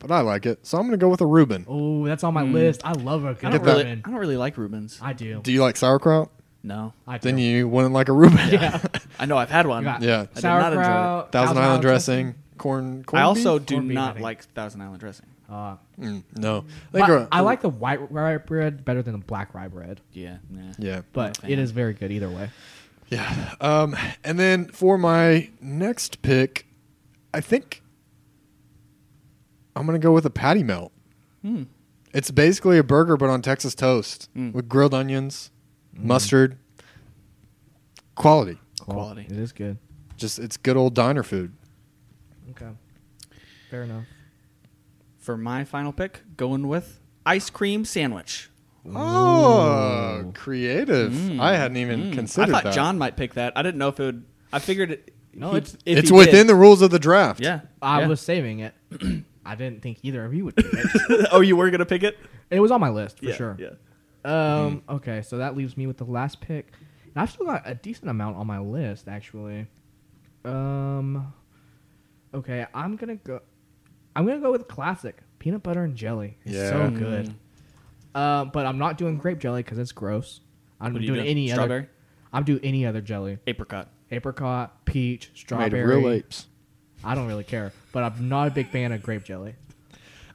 [SPEAKER 1] but I like it, so I'm gonna go with a Reuben.
[SPEAKER 3] Oh, that's on my list. I love a
[SPEAKER 2] I
[SPEAKER 3] good
[SPEAKER 1] Mm.
[SPEAKER 2] don't
[SPEAKER 1] Get that-
[SPEAKER 2] really.
[SPEAKER 3] Reuben.
[SPEAKER 2] I don't really like Rubens.
[SPEAKER 3] I do.
[SPEAKER 1] Do you like sauerkraut?
[SPEAKER 2] no.
[SPEAKER 3] I do.
[SPEAKER 1] Then you wouldn't like a Reuben.
[SPEAKER 3] Yeah.
[SPEAKER 2] I know I've had one.
[SPEAKER 3] You got
[SPEAKER 1] Yeah.
[SPEAKER 2] I did not enjoy it.
[SPEAKER 3] sauerkraut,
[SPEAKER 1] Thousand Island dressing, corn. corn
[SPEAKER 2] I also
[SPEAKER 1] beef?
[SPEAKER 2] do
[SPEAKER 3] Corned beef, I
[SPEAKER 2] not
[SPEAKER 3] think.
[SPEAKER 2] like Thousand Island dressing.
[SPEAKER 3] Uh,
[SPEAKER 1] Mm, no. I think
[SPEAKER 3] but
[SPEAKER 1] a-
[SPEAKER 3] I like the white rye bread better than the black rye bread,
[SPEAKER 2] Yeah, nah.
[SPEAKER 1] Yeah.
[SPEAKER 3] but
[SPEAKER 2] Not a
[SPEAKER 3] it
[SPEAKER 2] fan.
[SPEAKER 3] is very good either way.
[SPEAKER 1] Yeah. Um, and then for my next pick,
[SPEAKER 2] Hmm.
[SPEAKER 1] I think I'm going to go with a patty melt. It's basically a burger, but on Texas toast
[SPEAKER 2] Mm.
[SPEAKER 1] with grilled onions, mustard. Quality.
[SPEAKER 3] Cool.
[SPEAKER 2] Quality.
[SPEAKER 3] It is good.
[SPEAKER 1] Just it's good old diner food.
[SPEAKER 3] Okay. Fair enough.
[SPEAKER 2] For my final pick, going with ice cream sandwich.
[SPEAKER 1] Oh, creative! I hadn't even
[SPEAKER 2] Mm.
[SPEAKER 1] considered
[SPEAKER 2] I thought
[SPEAKER 1] that.
[SPEAKER 2] John might pick that. I didn't know if it would. I figured it.
[SPEAKER 3] No,
[SPEAKER 2] he-
[SPEAKER 3] it's-
[SPEAKER 2] if
[SPEAKER 1] it's
[SPEAKER 2] he
[SPEAKER 1] within
[SPEAKER 2] did-
[SPEAKER 1] the rules of the draft.
[SPEAKER 2] Yeah,
[SPEAKER 3] I
[SPEAKER 2] yeah.
[SPEAKER 3] was saving it. I didn't think either of you would. pick it.
[SPEAKER 2] oh, you were gonna pick it
[SPEAKER 3] it was on my list for
[SPEAKER 2] yeah,
[SPEAKER 3] sure.
[SPEAKER 2] Yeah.
[SPEAKER 3] Um. Okay, so that leaves me with the last pick, and I've still got a decent amount on my list actually. Um. Okay, I'm gonna go. I'm gonna go with classic peanut butter and jelly. It's
[SPEAKER 1] Yeah.
[SPEAKER 3] so good. Uh, but I'm not doing grape jelly because it's gross. I'm
[SPEAKER 2] What are you
[SPEAKER 3] doing
[SPEAKER 2] doing?
[SPEAKER 3] any
[SPEAKER 2] Strawberry?
[SPEAKER 3] other. I'm doing any other jelly.
[SPEAKER 2] Apricot.
[SPEAKER 3] Apricot, peach,
[SPEAKER 1] made
[SPEAKER 3] strawberry.
[SPEAKER 1] of real apes.
[SPEAKER 3] I don't really care, but I'm not a big fan of grape jelly.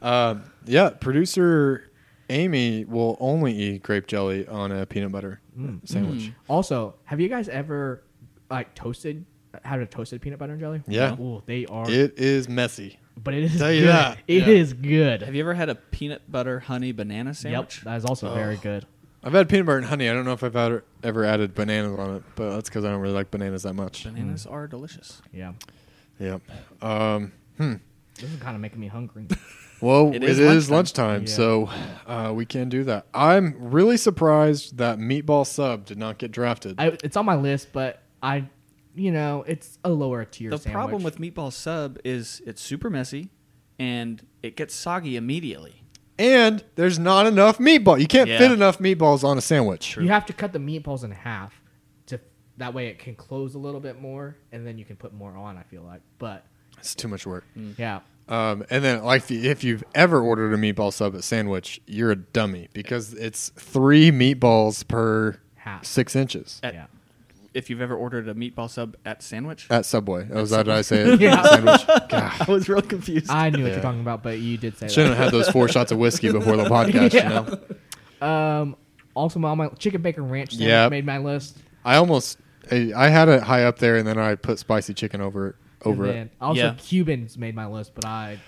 [SPEAKER 1] Um, yeah, producer Amy will only eat grape jelly on a peanut butter sandwich.
[SPEAKER 3] Mm. Also, have you guys ever like toasted had a toasted peanut butter and jelly?
[SPEAKER 1] Yeah.
[SPEAKER 3] Ooh, they are
[SPEAKER 1] It is messy.
[SPEAKER 3] but it is
[SPEAKER 1] Tell you
[SPEAKER 3] good.
[SPEAKER 1] that.
[SPEAKER 3] It
[SPEAKER 2] Yeah.
[SPEAKER 3] is good.
[SPEAKER 2] Have you ever had a peanut butter honey banana
[SPEAKER 3] yep,
[SPEAKER 2] sandwich?
[SPEAKER 3] that is also
[SPEAKER 1] Oh.
[SPEAKER 3] very good.
[SPEAKER 1] I've had peanut butter and honey. I don't know if I've had, ever added bananas on it, but that's because I don't really like bananas that much.
[SPEAKER 2] Bananas are delicious.
[SPEAKER 3] Yeah.
[SPEAKER 1] Yep. Um,
[SPEAKER 3] This is kind of making me hungry.
[SPEAKER 1] well,
[SPEAKER 2] It
[SPEAKER 1] it
[SPEAKER 2] is
[SPEAKER 1] is,
[SPEAKER 2] lunchtime.
[SPEAKER 1] lunchtime,
[SPEAKER 3] Yeah.
[SPEAKER 1] so uh, we can do that. I'm really surprised that meatball sub did not get drafted.
[SPEAKER 3] I, it's on my list, but I, you know, it's a lower tier.
[SPEAKER 2] The
[SPEAKER 3] sandwich.
[SPEAKER 2] problem with meatball sub is it's super messy, and it gets soggy immediately.
[SPEAKER 1] and there's not enough meatball. You can't
[SPEAKER 2] Yeah.
[SPEAKER 1] fit enough meatballs on a sandwich.
[SPEAKER 3] you have to cut the meatballs in half to that way it can close a little bit more, and then you can put more on. I feel like, but
[SPEAKER 1] It's too much work.
[SPEAKER 3] yeah,
[SPEAKER 1] Um, and then, like, if you- if you've ever ordered a meatball sub at sandwich, you're a dummy because it's three meatballs per
[SPEAKER 3] Half.
[SPEAKER 1] six inches
[SPEAKER 2] At-
[SPEAKER 3] yeah.
[SPEAKER 2] If you've ever ordered a meatball sub at sandwich,
[SPEAKER 1] at Subway. Oh, is that what I say? It?
[SPEAKER 3] Yeah.
[SPEAKER 1] Sandwich. God,
[SPEAKER 2] I was real confused.
[SPEAKER 3] I knew what
[SPEAKER 1] Yeah.
[SPEAKER 3] you're talking about, but you did say
[SPEAKER 1] shouldn't
[SPEAKER 3] that.
[SPEAKER 1] have had those four shots of whiskey before the podcast.
[SPEAKER 3] Yeah.
[SPEAKER 1] You know,
[SPEAKER 3] Um, also, my, my chicken bacon ranch sandwich
[SPEAKER 1] Yep.
[SPEAKER 3] made my list.
[SPEAKER 1] I almost I, I had it high up there, and then I put spicy chicken over it. Over
[SPEAKER 3] and
[SPEAKER 1] it.
[SPEAKER 3] then Also,
[SPEAKER 2] Yeah.
[SPEAKER 3] Cubans made my list, but I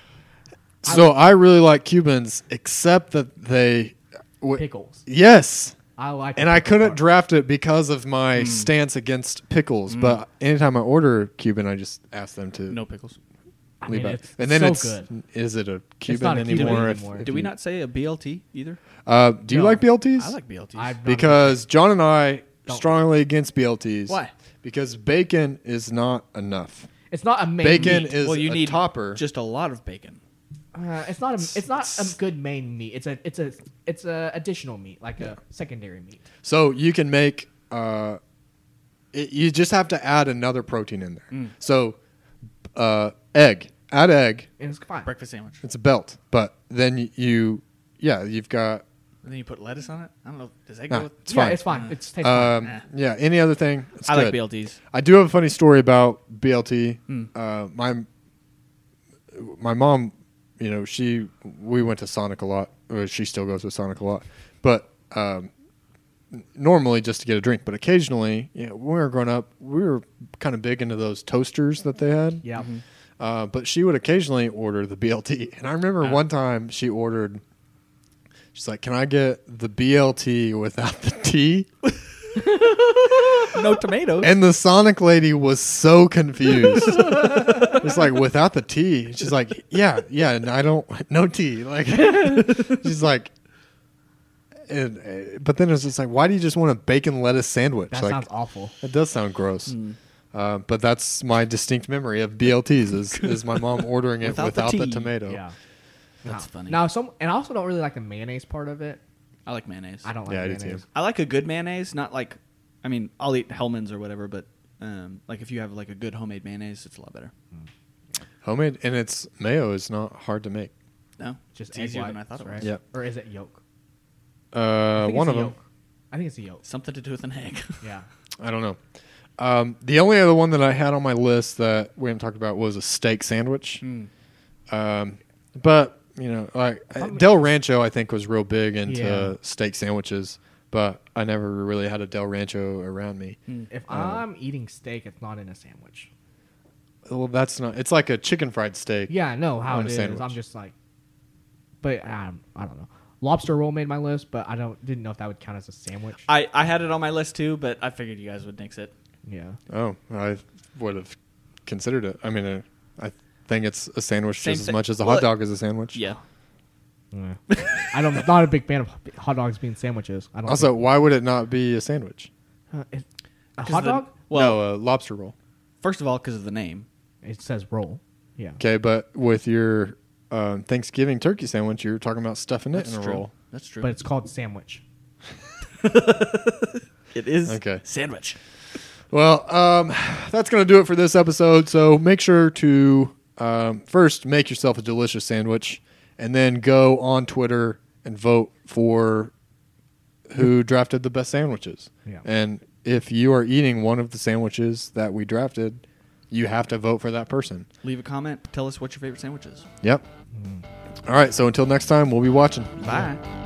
[SPEAKER 1] So I really like Cubans, except that they. W-
[SPEAKER 3] pickles.
[SPEAKER 1] Yes.
[SPEAKER 3] I like. the
[SPEAKER 1] And I
[SPEAKER 3] pickle
[SPEAKER 1] couldn't
[SPEAKER 3] part.
[SPEAKER 1] draft it because of my
[SPEAKER 3] Hmm.
[SPEAKER 1] stance against pickles. But anytime I order Cuban, I just ask them to
[SPEAKER 2] no pickles.
[SPEAKER 3] I
[SPEAKER 1] leave
[SPEAKER 3] mean,
[SPEAKER 1] it.
[SPEAKER 3] it's
[SPEAKER 1] And then
[SPEAKER 3] so
[SPEAKER 1] it's
[SPEAKER 3] good.
[SPEAKER 1] is it a Cuban
[SPEAKER 3] not a
[SPEAKER 1] anymore?
[SPEAKER 3] Cuban
[SPEAKER 1] if-
[SPEAKER 3] anymore.
[SPEAKER 1] if
[SPEAKER 2] Did we
[SPEAKER 1] you-
[SPEAKER 2] not say a BLT either?
[SPEAKER 1] Uh, do you
[SPEAKER 3] No.
[SPEAKER 1] like BLTs?
[SPEAKER 2] I like BLTs.
[SPEAKER 3] I've not-
[SPEAKER 1] because John and I
[SPEAKER 3] Don't.
[SPEAKER 1] strongly against BLTs.
[SPEAKER 2] Why?
[SPEAKER 1] Because bacon is not enough.
[SPEAKER 3] It's not a main
[SPEAKER 1] Bacon
[SPEAKER 3] meat.
[SPEAKER 1] is
[SPEAKER 2] well, you
[SPEAKER 1] a
[SPEAKER 2] need
[SPEAKER 1] topper.
[SPEAKER 2] just a lot of bacon.
[SPEAKER 3] Uh, it's not a. It's not a good main meat. It's a. It's a. It's a additional meat, like a secondary meat.
[SPEAKER 1] So you can make, uh, it, you just have to add another protein in
[SPEAKER 3] Hmm.
[SPEAKER 1] there. So, uh, egg, add egg.
[SPEAKER 3] And it's fine.
[SPEAKER 2] Breakfast sandwich.
[SPEAKER 1] It's a belt, but then y- you, yeah, you've got,
[SPEAKER 2] And then you put lettuce on it. I don't know. Does that
[SPEAKER 1] Nah.
[SPEAKER 2] go with?
[SPEAKER 1] Ah, It's
[SPEAKER 3] yeah,
[SPEAKER 1] fine.
[SPEAKER 3] it's fine. It's tastes fine.
[SPEAKER 1] um,
[SPEAKER 2] Eh.
[SPEAKER 1] yeah, any other thing. It's
[SPEAKER 2] I like
[SPEAKER 1] good.
[SPEAKER 2] BLTs.
[SPEAKER 1] I do have a funny story about BLT.
[SPEAKER 2] Hmm.
[SPEAKER 1] Uh, my my mom, you know, she we went to Sonic a lot. Or she still goes to Sonic a lot, but um, n- normally just to get a drink. But occasionally, you know, when we were growing up, we were kind of big into those toasters that they had.
[SPEAKER 3] Yeah.
[SPEAKER 1] Uh, but she would occasionally order the BLT, and I remember one time she ordered. She's like, "Can I get the BLT without the tea?"
[SPEAKER 2] no tomatoes.
[SPEAKER 1] And the Sonic lady was so confused. it's like without the tea. She's like, yeah, yeah, and I don't no tea. Like she's like, and, uh, but then it's just like, why do you just want a bacon lettuce sandwich?
[SPEAKER 3] That
[SPEAKER 1] like
[SPEAKER 3] sounds awful.
[SPEAKER 1] it does sound gross. Uh, but that's my distinct memory of BLTs is, is my mom ordering it
[SPEAKER 2] Without
[SPEAKER 1] without,
[SPEAKER 2] the
[SPEAKER 1] the,
[SPEAKER 2] tea.
[SPEAKER 1] tomato.
[SPEAKER 3] Yeah.
[SPEAKER 2] That's funny.
[SPEAKER 3] Now some, and I also don't really like the mayonnaise part of it.
[SPEAKER 2] I like mayonnaise.
[SPEAKER 3] I don't like
[SPEAKER 1] Yeah, I do
[SPEAKER 3] mayonnaise.
[SPEAKER 1] too.
[SPEAKER 2] I like a good mayonnaise, not like. I mean, I'll eat Hellman's or whatever, but um, like if you have like a good homemade mayonnaise, it's a lot better.
[SPEAKER 1] Homemade and its mayo is not hard to make.
[SPEAKER 2] No,
[SPEAKER 3] Just
[SPEAKER 2] it's
[SPEAKER 3] egg
[SPEAKER 2] easier
[SPEAKER 3] whites,
[SPEAKER 2] than I thought it was.
[SPEAKER 3] right?
[SPEAKER 1] Yeah.
[SPEAKER 3] Or is it yolk? I
[SPEAKER 1] Uh,
[SPEAKER 3] think
[SPEAKER 1] one
[SPEAKER 3] it's
[SPEAKER 1] of
[SPEAKER 3] a
[SPEAKER 1] them.
[SPEAKER 3] Yolk. I think it's a yolk.
[SPEAKER 2] Something to do with an egg.
[SPEAKER 3] Yeah.
[SPEAKER 1] I don't know. Um, the only other one that I had on my list that we haven't talked about was a steak sandwich. Um, but you know, like uh, Del Rancho, I think was real big into
[SPEAKER 3] Yeah.
[SPEAKER 1] steak sandwiches, but I never really had a Del Rancho around me.
[SPEAKER 3] If I'm eating steak, it's not in a sandwich.
[SPEAKER 1] Well, that's not. It's like a chicken fried steak.
[SPEAKER 3] Yeah, I know how
[SPEAKER 1] On
[SPEAKER 3] it
[SPEAKER 1] a
[SPEAKER 3] is.
[SPEAKER 1] sandwich.
[SPEAKER 3] I'm just like, but um, I don't know. Lobster roll made my list, but I don't didn't know if that would count as a sandwich.
[SPEAKER 2] I, I had it on my list too, but I figured you guys would nix it.
[SPEAKER 3] yeah.
[SPEAKER 1] Oh, I would have considered it. I mean, uh, I think it's a sandwich
[SPEAKER 2] Same
[SPEAKER 1] just as
[SPEAKER 2] thing.
[SPEAKER 1] much as a
[SPEAKER 2] Well,
[SPEAKER 1] hot dog is a sandwich.
[SPEAKER 2] Yeah.
[SPEAKER 3] Yeah. I don't not a big fan of hot dogs being sandwiches. I don't
[SPEAKER 1] Also, why would it not be a sandwich?
[SPEAKER 3] think- Uh, it- a
[SPEAKER 2] 'Cause
[SPEAKER 3] hot
[SPEAKER 2] the-
[SPEAKER 3] dog
[SPEAKER 2] Well,
[SPEAKER 1] no, a lobster roll.
[SPEAKER 2] first of all, because of the name.
[SPEAKER 3] it says roll. Yeah.
[SPEAKER 1] Okay, but with your um, Thanksgiving turkey sandwich, you're talking about stuffing it
[SPEAKER 2] That's
[SPEAKER 1] in a
[SPEAKER 2] true.
[SPEAKER 1] roll.
[SPEAKER 2] That's true.
[SPEAKER 3] But it's called sandwich.
[SPEAKER 2] it is
[SPEAKER 1] Okay.
[SPEAKER 2] sandwich.
[SPEAKER 1] Well, um, that's going to do it for this episode. So make sure to um, first make yourself a delicious sandwich and then go on Twitter and vote for who drafted the best sandwiches.
[SPEAKER 3] Yeah.
[SPEAKER 1] And if you are eating one of the sandwiches that we drafted, you have to vote for that person.
[SPEAKER 2] Leave a comment. Tell us what your favorite sandwich is.
[SPEAKER 1] Yep. All right. So until next time, we'll be watching.
[SPEAKER 2] Bye.